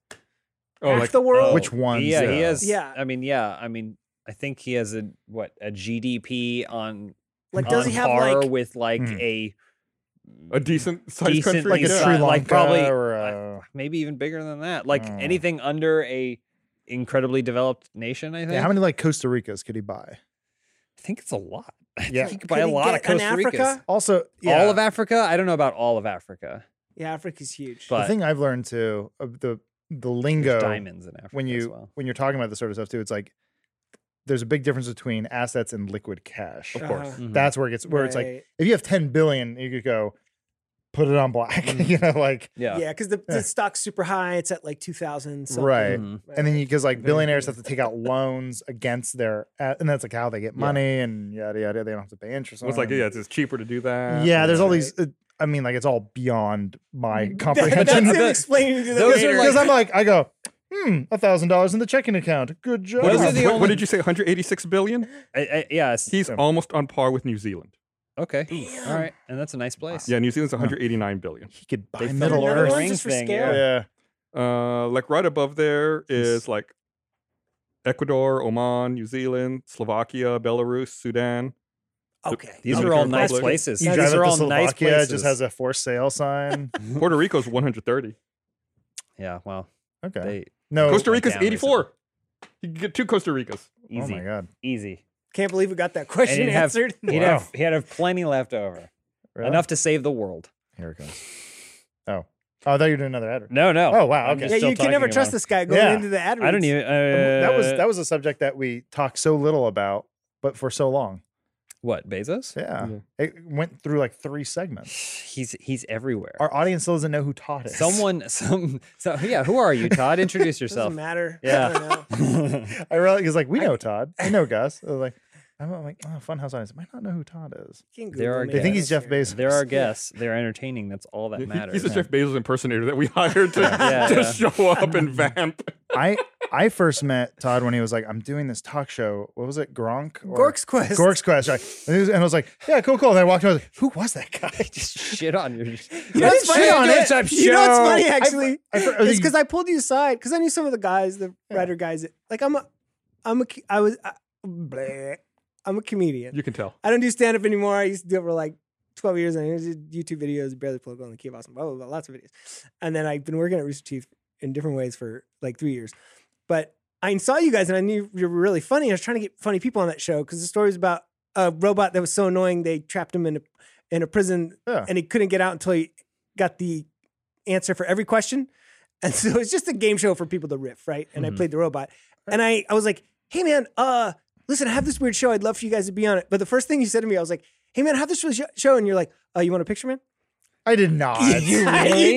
Oh, Half like the world. Which ones? Yeah, he though? has. Yeah. I mean, yeah. I mean, I think he has a what a GDP on like does on he have par like with like Mhm. a a decent sized Decent, country. like a yeah. Sri Sri Lanka like, probably- or I- uh, maybe even bigger than that. Like Mm. anything under a incredibly developed nation, I think. yeah, how many like Costa Ricas could he buy? I think it's a lot. I Yeah. think you could buy Could a he lot of get an Costa Ricas. Africa? Also, yeah, All of Africa? I don't know about all of Africa, yeah? Africa's huge. but the thing I've learned too of the the there's lingo diamonds in Africa when as you well. when you're talking about this sort of stuff too. It's like there's a big difference between assets and liquid cash. Of course. Uh-huh. Mhm. That's where it gets where it's like Right. if you have 10 billion, you could go put it on black, you know, like yeah. yeah, because the, Yeah. the stock's super high. It's at like two thousand. right. Mhm. And then you because like Very billionaires good. have to take out loans against their a- and that's like how they get Yeah. money and yada yada. They don't have to pay interest. Well, it's on like, it. yeah, it's, it's cheaper to do that. yeah. There's all right. these. uh, I mean, like it's all beyond my That, comprehension. that's The- him explaining to the those are waiter. like- Because I'm like, I go, hmm, a thousand dollars in the checking account. Good job. Those are What, the what- what only- did you say? 186 billion? I, I, yeah. it's- He's Yeah. almost on par with New Zealand. okay. Damn. All right. And that's a nice place. Yeah, New Zealand's 189 billion. he could buy They filmed Middle the Another Earth. one's Ring just for thing, scale. yeah. Yeah. Uh, like right above there is like Ecuador, Oman, New Zealand, Slovakia, Belarus, Sudan. Okay. These Okay. are all nice Republic. places. You Yeah, These drive are up to all nice Slovakia, places. it just has a for sale sign. Puerto Rico's 130. yeah. Well, Okay. they no. Costa went Rica's down 84. You can get two Costa Ricas. easy. Oh my God. Easy. Can't believe we got that question he'd have- answered. He'd Wow. have he'd have plenty left over. Really? Enough to save the world. Here it goes. Oh. Oh, I thought you were doing another ad. No, no. Oh, wow. I'm Okay. Um, just yeah, still you can never talking trust about this guy going Yeah. into the ad. it. I don't reads. even. Uh, that was that was a subject that we talked so little about, but for so long. What Bezos? Yeah. Yeah. It went through like three segments. He's he's everywhere. Our audience still doesn't know who taught it. Someone, some, so yeah. Who are you, Todd? Introduce yourself. Doesn't matter. Yeah. I don't know. I really because like we know Todd, we know Gus. I was like, I'm I'm like, oh, Funhouse audience might not know who Todd is. You can There Google are me. They think I he's don't Jeff care. Bezos. They're our guests. They're entertaining. That's all that He- matters. he's a Yeah. Jeff Bezos impersonator that we hired to Yeah, just show up and vamp. I I first met Todd when he was like, I'm doing this talk show. What was it, Gronk? Or- Gork's Quest. Gork's Quest. Right? And, he was- and I was like, yeah, cool, cool. And I walked in. I was like, who was that guy? just shit on your. You know what's Shit funny? on I- it. Type You know what's show. funny actually? I fr- I it's think- because I pulled you aside because I knew some of the guys, the writer guys. that- Like I'm a, I'm a, I was, I, bleh. I'm a comedian. You can tell. I don't do stand up anymore. I used to do it for like 12 years. And I did YouTube videos, barely plug on the key of awesome, blah, blah, blah, lots of videos. And then I've been working at Rooster Teeth in different ways for like three years. But I saw you guys and I knew you were really funny. I was trying to get funny people on that show because the story was about a robot that was so annoying they trapped him in a, in a prison Yeah. and he couldn't get out until he got the answer for every question. And so it's just a game show for people to riff, right? And I played the robot. And I, I was like, hey man, uh, listen, I have this weird show. I'd love for you guys to be on it. But the first thing you said to me, I was like, hey man, I have this really sh- show. And you're like, uh, you want a picture, man? I did not. you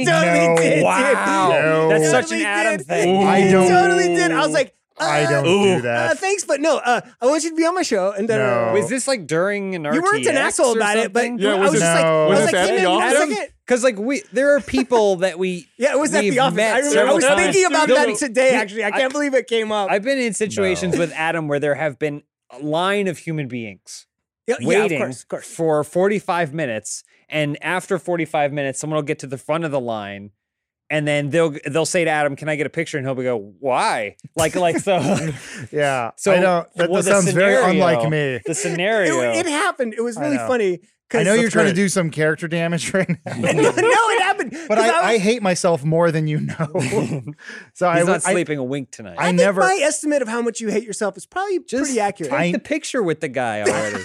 totally No. did. dude. Wow. No. That's You such an totally Adam did. thing. Ooh. I You don't- totally did. I was like, I uh, don't do Ooh. Uh, that. thanks, but no. Uh, I want you to be on my show. And then No. Was Oh. this like during an RTS you weren't an asshole or about it, but something? Yeah, I was was it- just like, No. I Was was it like, that hey man, the you want a office? second? Because like we, there are people that we. Yeah, it was at we've the office. met I remember. I several was times. thinking about No, that no. today. Actually, I I- can't believe it came up. I've been in situations with Adam where there have been a line of human beings yeah, Uh, yeah, waiting of course, of course. for 45 minutes, and after 45 minutes, someone will get to the front of the line. And then they'll they'll say to Adam, "Can I get a picture?" And he'll be go, "Why?" Like like so. yeah. So I don't. That, well, that the sounds very scenario- unlike me. The It, scenario. it happened. It was I really know. funny. I know you're trying great. to do some character damage right now. no, it happened. But 'Cause I, I, was- hate myself more than you know. so I, He's w- not I, sleeping a wink tonight. I I think never- my estimate of how much you hate yourself is probably pretty accurate. Take I- the picture with the guy already.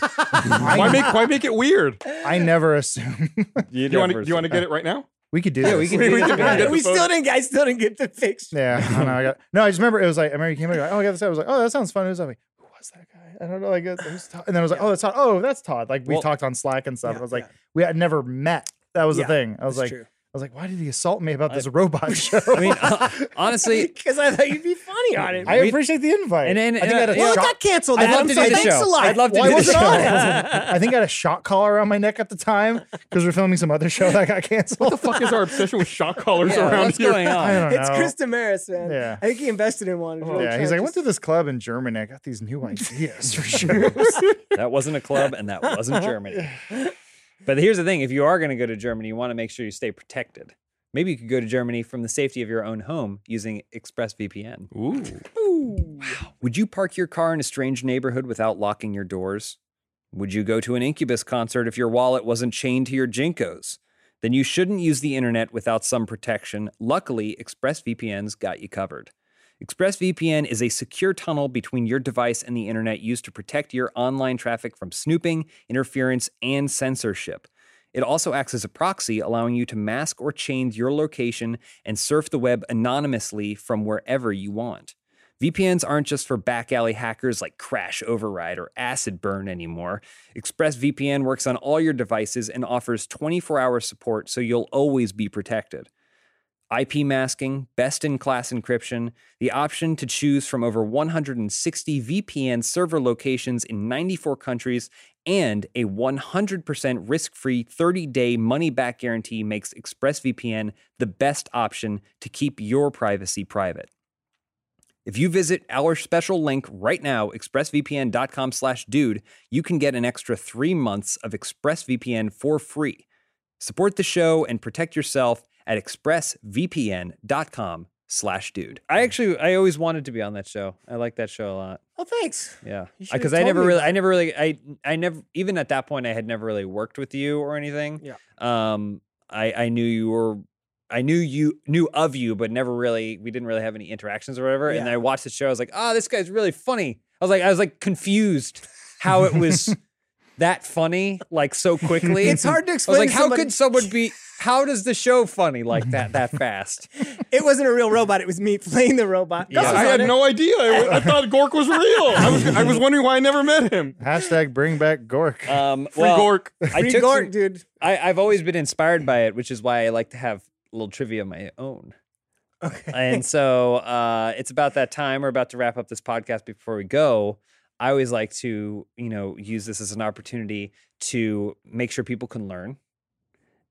Why I, make why make it weird? I never assume. Do you want to do you want to get it right now? we could do Yeah, this. we can do We- that. we- we get the still photo. didn't. I still didn't get the picture. Yeah, I don't know. I got no. I just remember it was like I remember you came in. Like, oh, I got this. I was like, oh, that sounds fun. It was like, who was that guy? I don't know. Like, it was Todd. and then I was like, oh, that's Todd. Oh, that's Todd. Like we Well- talked on Slack and stuff. Yeah, I was like, yeah. we had never met. That was Yeah, the thing. I was like, I was like, why did he assault me about this robot show? I mean, uh, honestly, because I thought you'd be funny on it. I we- appreciate the invite. and then- I think and I had I- a well, well, it shock- got canceled. I'd love Adam, to so do the thanks show. a lot. I'd love to Why do the wasn't show. I? I think I had a shock collar on my neck at the time because we were filming some other show that got canceled. The fuck is our obsession with shock collars yeah, around what's here? going I on? don't know. It's Chris Damaris, man. Yeah. I think he invested in one. Really yeah, trying he's to like, I went just- to this club in Germany. I got these new ideas for shows. That wasn't a club, and that wasn't Germany. But here's the thing: if you are going to go to Germany, you want to make sure you stay protected. Maybe you could go to Germany from the safety of your own home using ExpressVPN. Ooh. Would you park your car in a strange neighborhood without locking your doors? Would you go to an Incubus concert if your wallet wasn't chained to your Jinkos? Then you shouldn't use the internet without some protection. Luckily, ExpressVPN's got you covered. ExpressVPN is a secure tunnel between your device and the internet used to protect your online traffic from snooping, interference, and censorship. It also acts as a proxy, allowing you to mask or change your location and surf the web anonymously from wherever you want. VPNs aren't just for back alley hackers like Crash Override or Acid Burn anymore. ExpressVPN works on all your devices and offers 24 hour support so you'll always be protected. IP masking, best in class encryption, the option to choose from over 160 VPN server locations in 94 countries, and a 100% risk free 30 day money back guarantee makes ExpressVPN the best option to keep your privacy private. If you visit our special link right now, expressvpn.com slash dude, you can get an extra three months of ExpressVPN for free. Support the show and protect yourself at expressvpn.com slash dude. I actually, I always wanted to be on that show. I like that show a lot. Oh, thanks. Yeah. You should've Because I told never me really, I never really, I, I never, even at that point, I had never really worked with you or anything. Yeah. Um, I, I knew you were, I knew you knew of you, but never really, we didn't really have any interactions or whatever. And Yeah. I watched the show. I was like, oh, this guy's really funny. I was like, I was like confused how it was that funny like so quickly. It's hard to I was explain. like, to how somebody- could someone be? How does the show funny like that that fast? it wasn't a real robot? It was me playing the robot. Yeah. Gus was I on had it. no idea. I, w- I thought Gork was real. I was, I was wondering why I never met him. Hashtag bring back Gork. Um, Free well, Gork. I Free took Gork, some- dude. I, I've always been inspired by it, which is why I like to have a little trivia of my own. Okay. And so uh, it's about that time. We're about to wrap up this podcast before we go. I always like to, you know, use this as an opportunity to make sure people can learn.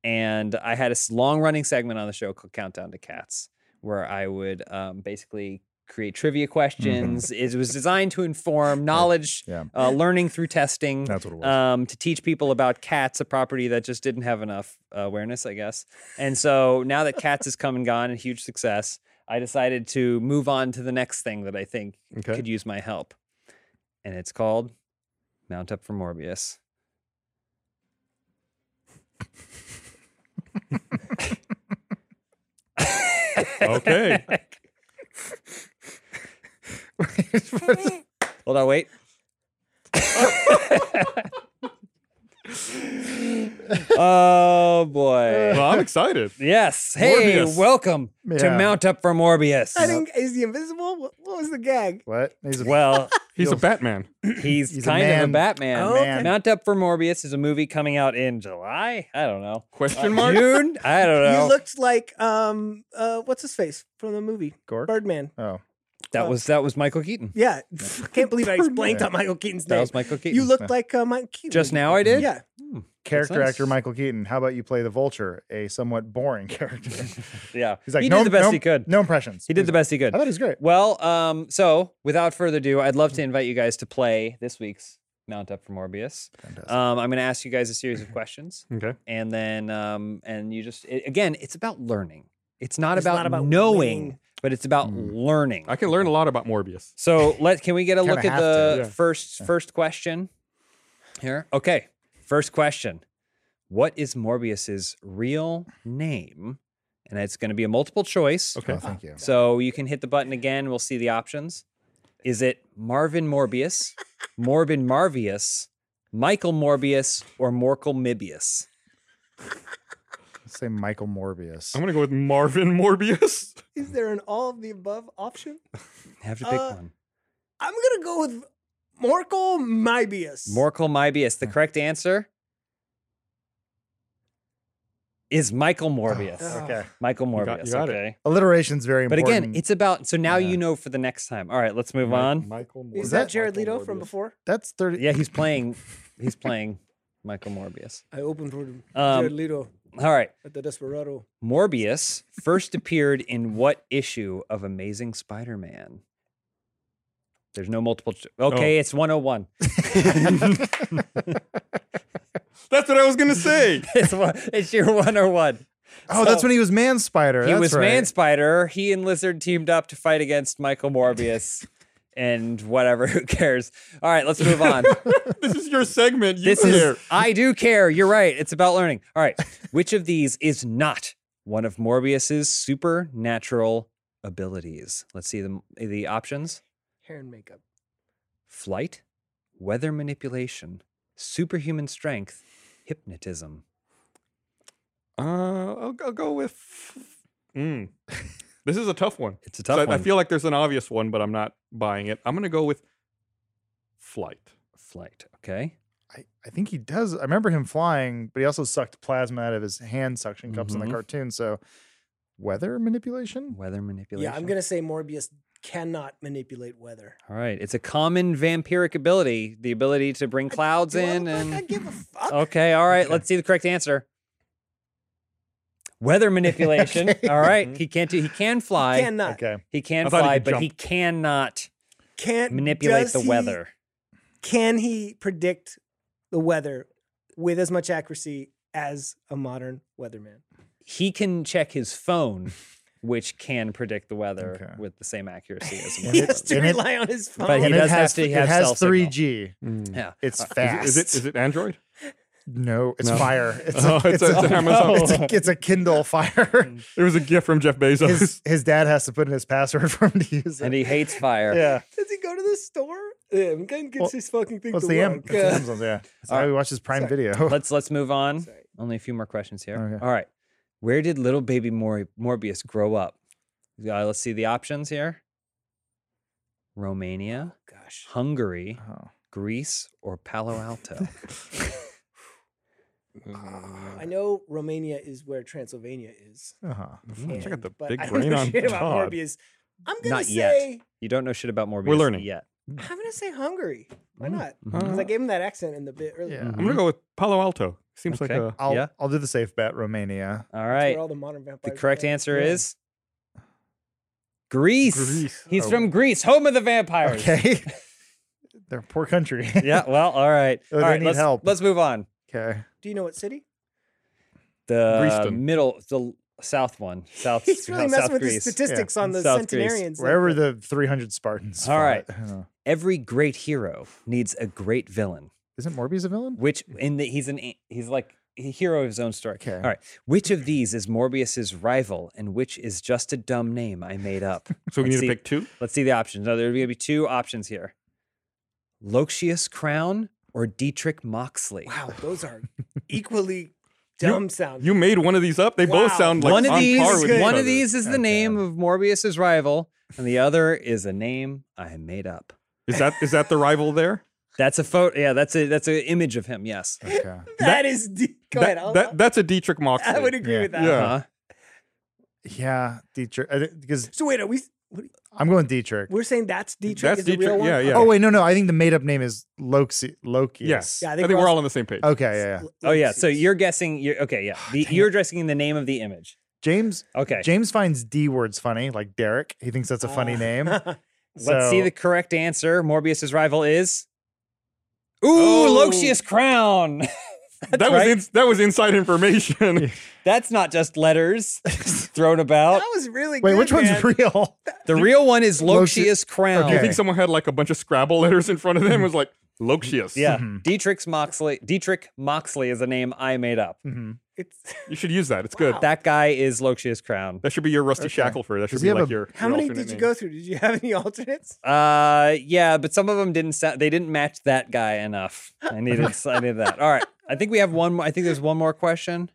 And I had a long running segment on the show called Countdown to Cats, where I would um, basically create trivia questions. It was designed to inform knowledge, Mm-hmm. Yeah. uh, learning through testing That's what it was. um, to teach people about cats, a property that just didn't have enough uh, awareness, I guess. And so now that cats has come and gone, a huge success, I decided to move on to the next thing that I think Okay. could use my help, and it's called Mount Up for Morbius. Okay. Hold on, wait. oh boy. Well, I'm excited. Yes. Hey, Uh, Morbius. welcome to Yeah. Mount Up for Morbius. I didn't, is he invisible? What, what was the gag? What? He's a Well, He's a Batman. he's, He's a kind of a man. Batman. Oh, okay. man. Mount Up for Morbius is a movie coming out in July. I don't know. Uh, Question mark? June? I don't know. You looked like um uh what's his face from the movie Gork? Birdman. Oh, that was that was Michael Keaton. Yeah, can't believe I just blanked Yeah. on Michael Keaton's That name. was Michael Keaton. You looked like uh, Mike Keaton. just now. I did. Yeah, character sense. actor Michael Keaton. How about you play the Vulture, a somewhat boring character? yeah. He's like, he no, did the best no, he could. No impressions. He did the best he could. I thought he was great. Well, um, so without further ado, I'd love to invite you guys to play this week's Mount Up for Morbius. Um, I'm going to ask you guys a series of questions, Okay. and then um, and you just it, again, it's about learning. It's not, It's about, not about knowing, winning. but it's about learning. I can learn a lot about Morbius. So let can we get a Kinda look at have to, the yeah. first first question here? Okay, first question: What is Morbius's real name? And it's going to be a multiple choice. Okay. Oh, thank you. So you can hit the button again. We'll see the options. Is it Marvin Morbius, Morbin Marvius, Michael Morbius, or Morkel Mibius? Let's say Michael Morbius. I'm going to go with Marvin Morbius. is there an all of the above option? You have to pick Uh, one. I'm gonna go with Morkel Mybius. Morkel Mibius. The correct answer is Michael Morbius. Oh, okay. Michael Morbius. You got- you got it. okay. Alliteration's very But important. again, it's about so now you know for the next time. All right, let's move Mi- on. Michael Morbius. Is that Jared Michael Leto from Morbius. before? that's 30. Yeah, he's playing. He's playing Michael Morbius. I opened for him. Um, Jared Leto All right, at the Desperado. Morbius first appeared in what issue of Amazing Spider-Man? There's no multiple. Cho- Oh. okay, it's 101. That's what I was going to say. It's one, it's your 101. Oh, that's when he was Man Spider. He That's was right. Man Spider. He and Lizard teamed up to fight against Michael Morbius, and whatever. Who cares? All right, let's move on. this is your segment. You This care. is I do care. You're right. It's about learning. All right. Which of these is not one of Morbius's supernatural abilities? Let's see the the options: Hair and makeup. flight, weather manipulation, superhuman strength, hypnotism. Uh, I'll, I'll go with. Mm. This is a tough one. It's a tough So I- one. I feel like there's an obvious one, but I'm not buying it. I'm going to go with flight. flight. Okay. I, I think he does. I remember him flying, but he also sucked plasma out of his hand suction cups in Mhm. the cartoon. So, weather manipulation? Weather manipulation. Yeah, I'm gonna say Morbius cannot manipulate weather. All right. It's a common vampiric ability, the ability to bring clouds Do I in look like and. I give a fuck. Okay, all right. Let's see the correct answer. Weather manipulation. All right. He can't do he can fly. He can, cannot. Okay. I thought he fly, could but he jump. cannot Can't manipulate does the he- weather. Can he predict the weather with as much accuracy as a modern weatherman? He can check his phone, which can predict the weather Okay. with the same accuracy as a He weather. has to and it- rely on his phone. But he and does it have has, to th- have it has cell signal. 3G. Mm. yeah. It's fast. Is it, is it, is it Android? No, it's No. fire. It's, Oh, a, it's, a, it's Amazon. Mm. it's a it's a Kindle fire. There was a gift from Jeff Bezos. his his dad has to put in his password for him to use it. And he hates fire. yeah. Does he go to the store? Yeah, I'm going to get Well, this fucking thing What's to the M? work. It's the Amazon, yeah. That's how we watch this Prime Video. Let's let's move on. Sorry. Only a few more questions here. Okay. All right. Where did little baby Mor- Morbius grow up? Uh, let's see the options here. Romania, Gosh. Hungary, Oh. Greece, or Palo Alto. I know Romania is where Transylvania is. Uh-huh. Mm. Oh, Hmm, Check out the but big I don't brain know on shit about Todd. Morbius. I'm gonna Not yet. say You don't know shit about Morbius learning. yet. I'm gonna say Hungary. Why not? Mhm. Because I gave him that accent in the bit earlier. Yeah. I'm gonna go with Palo Alto. Seems like Okay. a I'll, Yeah. I'll do the safe bet, Romania. All That's right. Where all the modern vampires. The are correct from. answer Yeah. is Greece. Greece. He's Oh. from Greece, home of the vampires. Okay. They're a poor country. yeah, well, all right. Oh, all they right, need let's, help. Let's move on. Okay. Do you know what city? The Greaston. middle, the south one, south. He's really south messing with Greece. the statistics on the South Greece. centenarians. there, Wherever but- the 300 Spartans. All fought, right. I don't know. Every great hero needs a great villain. Isn't Morbius a villain? Which in the he's an a- he's like a hero of his own story. Okay. All right. Which of these is Morbius's rival, and which is just a dumb name I made up? So we Let's need see. to pick two. Let's see the options. Now, there are going to be two options here Loxias Crown or Dietrich Moxley. Wow, those are equally dumb sound. You made one of these up. They both Wow. sound like one of on these, par with each one other. of these is the Okay. name of Morbius's rival, and the other is a name I made up. Is that is that the rival there? That's a photo. Yeah, that's a that's an image of him. Yes. Okay. that is. De- Go that, ahead. I'll, that- that's a Dietrich Moxley. I would agree Yeah. with that. Yeah. Uh-huh. Yeah, Dietrich. Because So wait, are we? I'm going Dietrich. We're saying that's Dietrich That's is the real Dietrich, one. yeah, yeah. Oh wait, no, no. I think the made-up name is Loxi. Loki. Yes. Yeah, I I think think, we're we're all- all on the same page. Okay. Yeah. yeah. Oh yeah. So you're guessing. You're okay. Yeah. Oh, The, you're guessing the name of the image. James. Okay. James finds D words funny, like Derek. He thinks that's a Uh, funny Ah. name. Let's see So- the correct answer. Morbius's rival is. Ooh, Oh. Loxias Crown. that was right. ins that was inside information. That's not just letters thrown about. that was really. Wait, good, which one's man. real? The real one is Loxi- Loxias Crown. Do you Okay. think someone had like a bunch of Scrabble letters in front of them? It was like Loxius. Yeah. Mhm. Dietrich Moxley. Dietrich Moxley is a name I made up. Mhm. It's, You should use that. It's good. That, That guy is Loxias Crown. should be your Rusty Shackleford. That should Does be he have like a- your. how your many alternate did you name. go through? Did you have any alternates? Uh, yeah, but some of them didn't sound. They didn't match that guy enough. I needed. I needed that. All right. I think we have one. more I think there's one more question.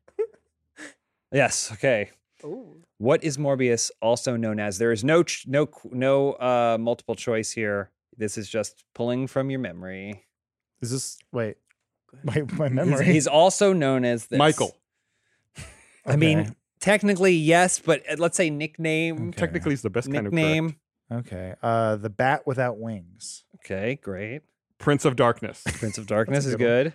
Yes. Okay. Oh, What is Morbius also known as? There is no ch- no qu- no uh, multiple choice here. This is just pulling from your memory. Is this wait? My my He's- memory. He's, also known as this. Michael. I mean, Okay. technically yes, but uh, let's say nickname. Okay. Technically, he's the best kind of Nickname. correct. Okay. Uh, the bat without wings. Okay, great. Prince of Darkness. Prince of Darkness is good good. one.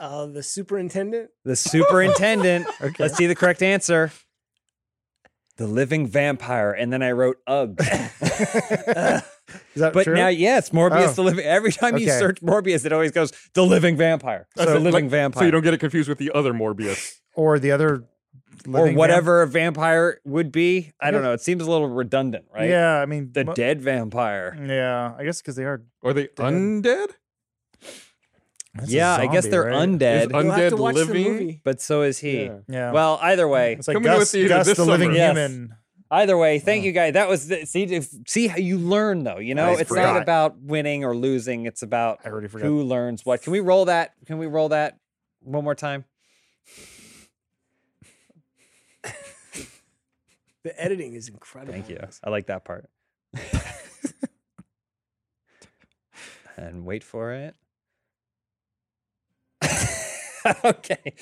uh, the superintendent. The superintendent. Okay. Let's see the correct answer. The living vampire, and then I wrote ugh. Is that But true? now, yes, Morbius Oh. the living. Every time you Okay. search Morbius, it always goes the living vampire, That's the it, living like- vampire, So you don't get it confused with the other Morbius. or the other. or living whatever a vampire would be. I don't guess- know. It seems a little redundant, vamp- right? Yeah, I mean the mo- Mm, dead vampire. Yeah, I guess because they are. Are they undead? that's a yeah, I guess zombie, they're right? undead, un- You'll have to Undead watch living? the movie. but so is he. Yeah. Yeah. Well, either way, it's like Coming to a Gus, theater Gus this the living summer. Yes. human. Either way, thank you guys. That was the, see if- see how you learn though. You know, I it's not forgot. about winning or losing. It's about I already forgot. who learns what. Can we roll that? Can we roll that one more time? The editing is incredible. Thank you. I like that part. and wait for it. okay.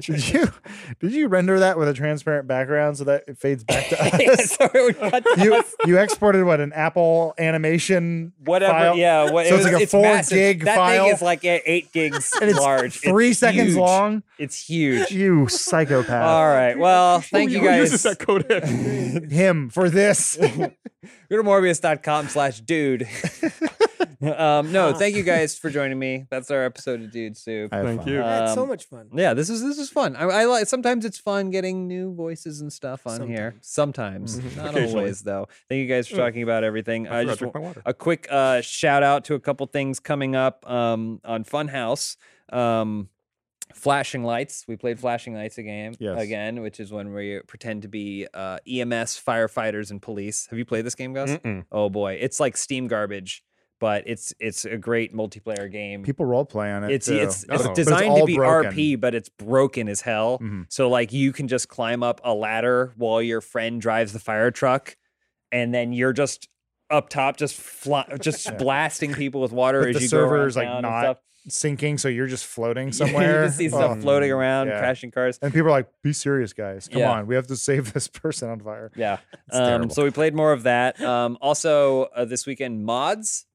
Did you did you render that with a transparent background so that it fades back to us? so it would cut to You you exported what an Apple animation whatever. file? Yeah. What, So it's like a four massive. gig that file? thing is like uh, eight gigs and it's large. three It's seconds huge. long. It's huge. You psychopath! All right. Well, thank Who- you who uses guys. that codec? Him for this. Go to morbius.com slash dude. um, no, thank you guys for joining me. That's our episode of Dude Soup. Thank you. That's so Um, much fun. Yeah, this is this is fun. I, I like sometimes it's fun getting new voices and stuff on here. Sometimes, not Mm-hmm. Occasionally. always though. Thank you guys for talking about everything. I, forgot just to drink wa- my water. a quick uh, shout out to a couple things coming up um, on Funhouse. Um, Flashing lights. We played flashing lights again, Yes. again, which is when we pretend to be uh, Mm-hmm. EMS firefighters and police. Have you played this game, Gus? Mm-mm. Oh boy, it's like Steam garbage, but it's it's a great multiplayer game. People role play on it. it's too. it's Oh. But it's it's designed to all be broken. RP, but it's broken as hell. Mhm. So like you can just climb up a ladder while your friend drives the fire truck, and then you're just up top, just fly, just Yeah. blasting people with water But as the you go server around is, like, town and not stuff. sinking, so you're just floating you somewhere. just see stuff Oh. floating around, Yeah. crashing cars. And people are like, "Be serious, guys! Come Yeah. on, we have to save this person on fire." Yeah. It's Um, terrible. so we played more of that. Um, also, uh, this weekend, mods.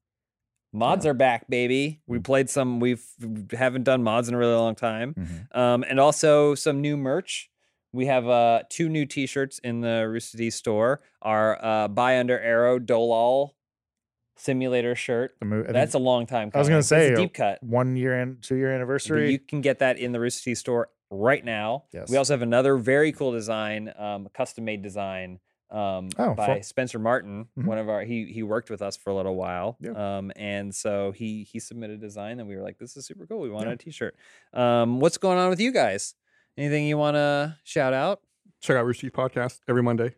Mods are back, baby. We Hmm. played some. We've we haven't done mods in a really long time. Mhm. Um, and also some new merch. We have uh, two new T-shirts in the Rooster Teeth store. Our uh, buy under arrow Dolal simulator shirt. The movie. That's a long time. I was gonna coming. That's a say, deep cut. one year and two year But anniversary. You can get that in the Rooster Teeth store right now. Yes. We also have another very cool design, um, custom made design um, Oh, by for- Spencer Martin. Mhm. One of our he he worked with us for a little while, Yeah. um, and so he he submitted a design, and we were like, "This is super cool. We want Yeah. a T-shirt." Um, what's going on with you guys? Anything you want to shout out? Check out Rooster Teeth podcast every Monday.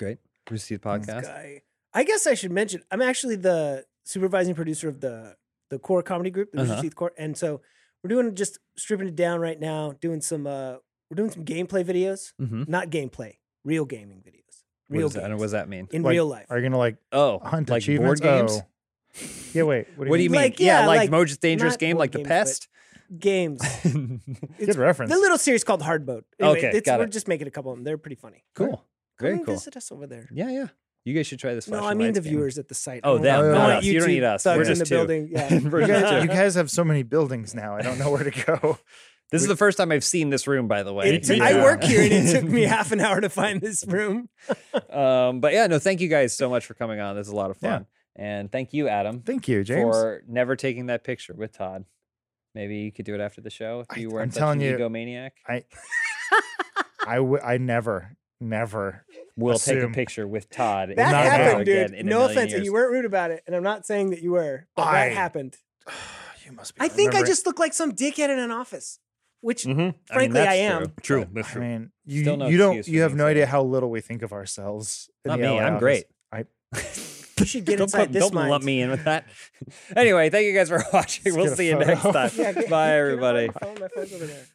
Great, Rooster Teeth podcast. guy. I guess I should mention I'm actually the supervising producer of the the core comedy group, the Rooster Uh-huh. Teeth Core, and so we're doing just stripping it down right now, doing some uh we're doing some gameplay videos, Mm-hmm. not gameplay, real gaming videos, What real does that, what does games that mean? in Like, real life. are you gonna like Oh, hunt like board achievements? games. Oh. Yeah. Wait. What do you, What do you mean? Like, yeah, yeah, like, like, Most Dangerous not Game, board like The games, Pest. games. Good reference. The little series called Hard Boat. Anyway, Okay, it's- got we're it. just making a couple of them. They're pretty funny. cool. Come Very and cool. Visit us over there. Yeah, yeah. You guys should try this. No, Flashing I mean Lights the game. viewers at the site. Oh, I them, want- I not want us. You don't YouTube need us. thugs We're in just the two. building. Yeah. We're you, just- guys, you guys have so many buildings now. I don't know where to go. This is the first time I've seen this room, by the way. It took- too. I work here, and it took me half an hour to find this room. um, but yeah, no, thank you guys so much for coming on. This is a lot of fun, and thank you, Adam, Thank you, James. for never taking that picture with Todd. Maybe you could do it after the show if I- you I'm weren't such telling an you- egomaniac. I I w- I never never We'll take assume. a picture with Todd. and That never happened, again dude. in a No million offense, and years. you weren't rude about it, and I'm not saying that you were. But I- that happened. you must be I think I remembering- just look like some dickhead in an office, which Mhm. Mm-hmm. I mean, frankly I, that's am. true. True. I That's true. mean, you Still no you don't excuse for you have being no idea sad. how little we think of ourselves. in Not the me. LA I'm office. great. I- You should get don't inside put- this don't mind. lump me in with that. anyway, thank you guys for watching. Let's we'll get a see you next photo. time. Yeah, get- get out Bye, of everybody. My phone, my phone's over there.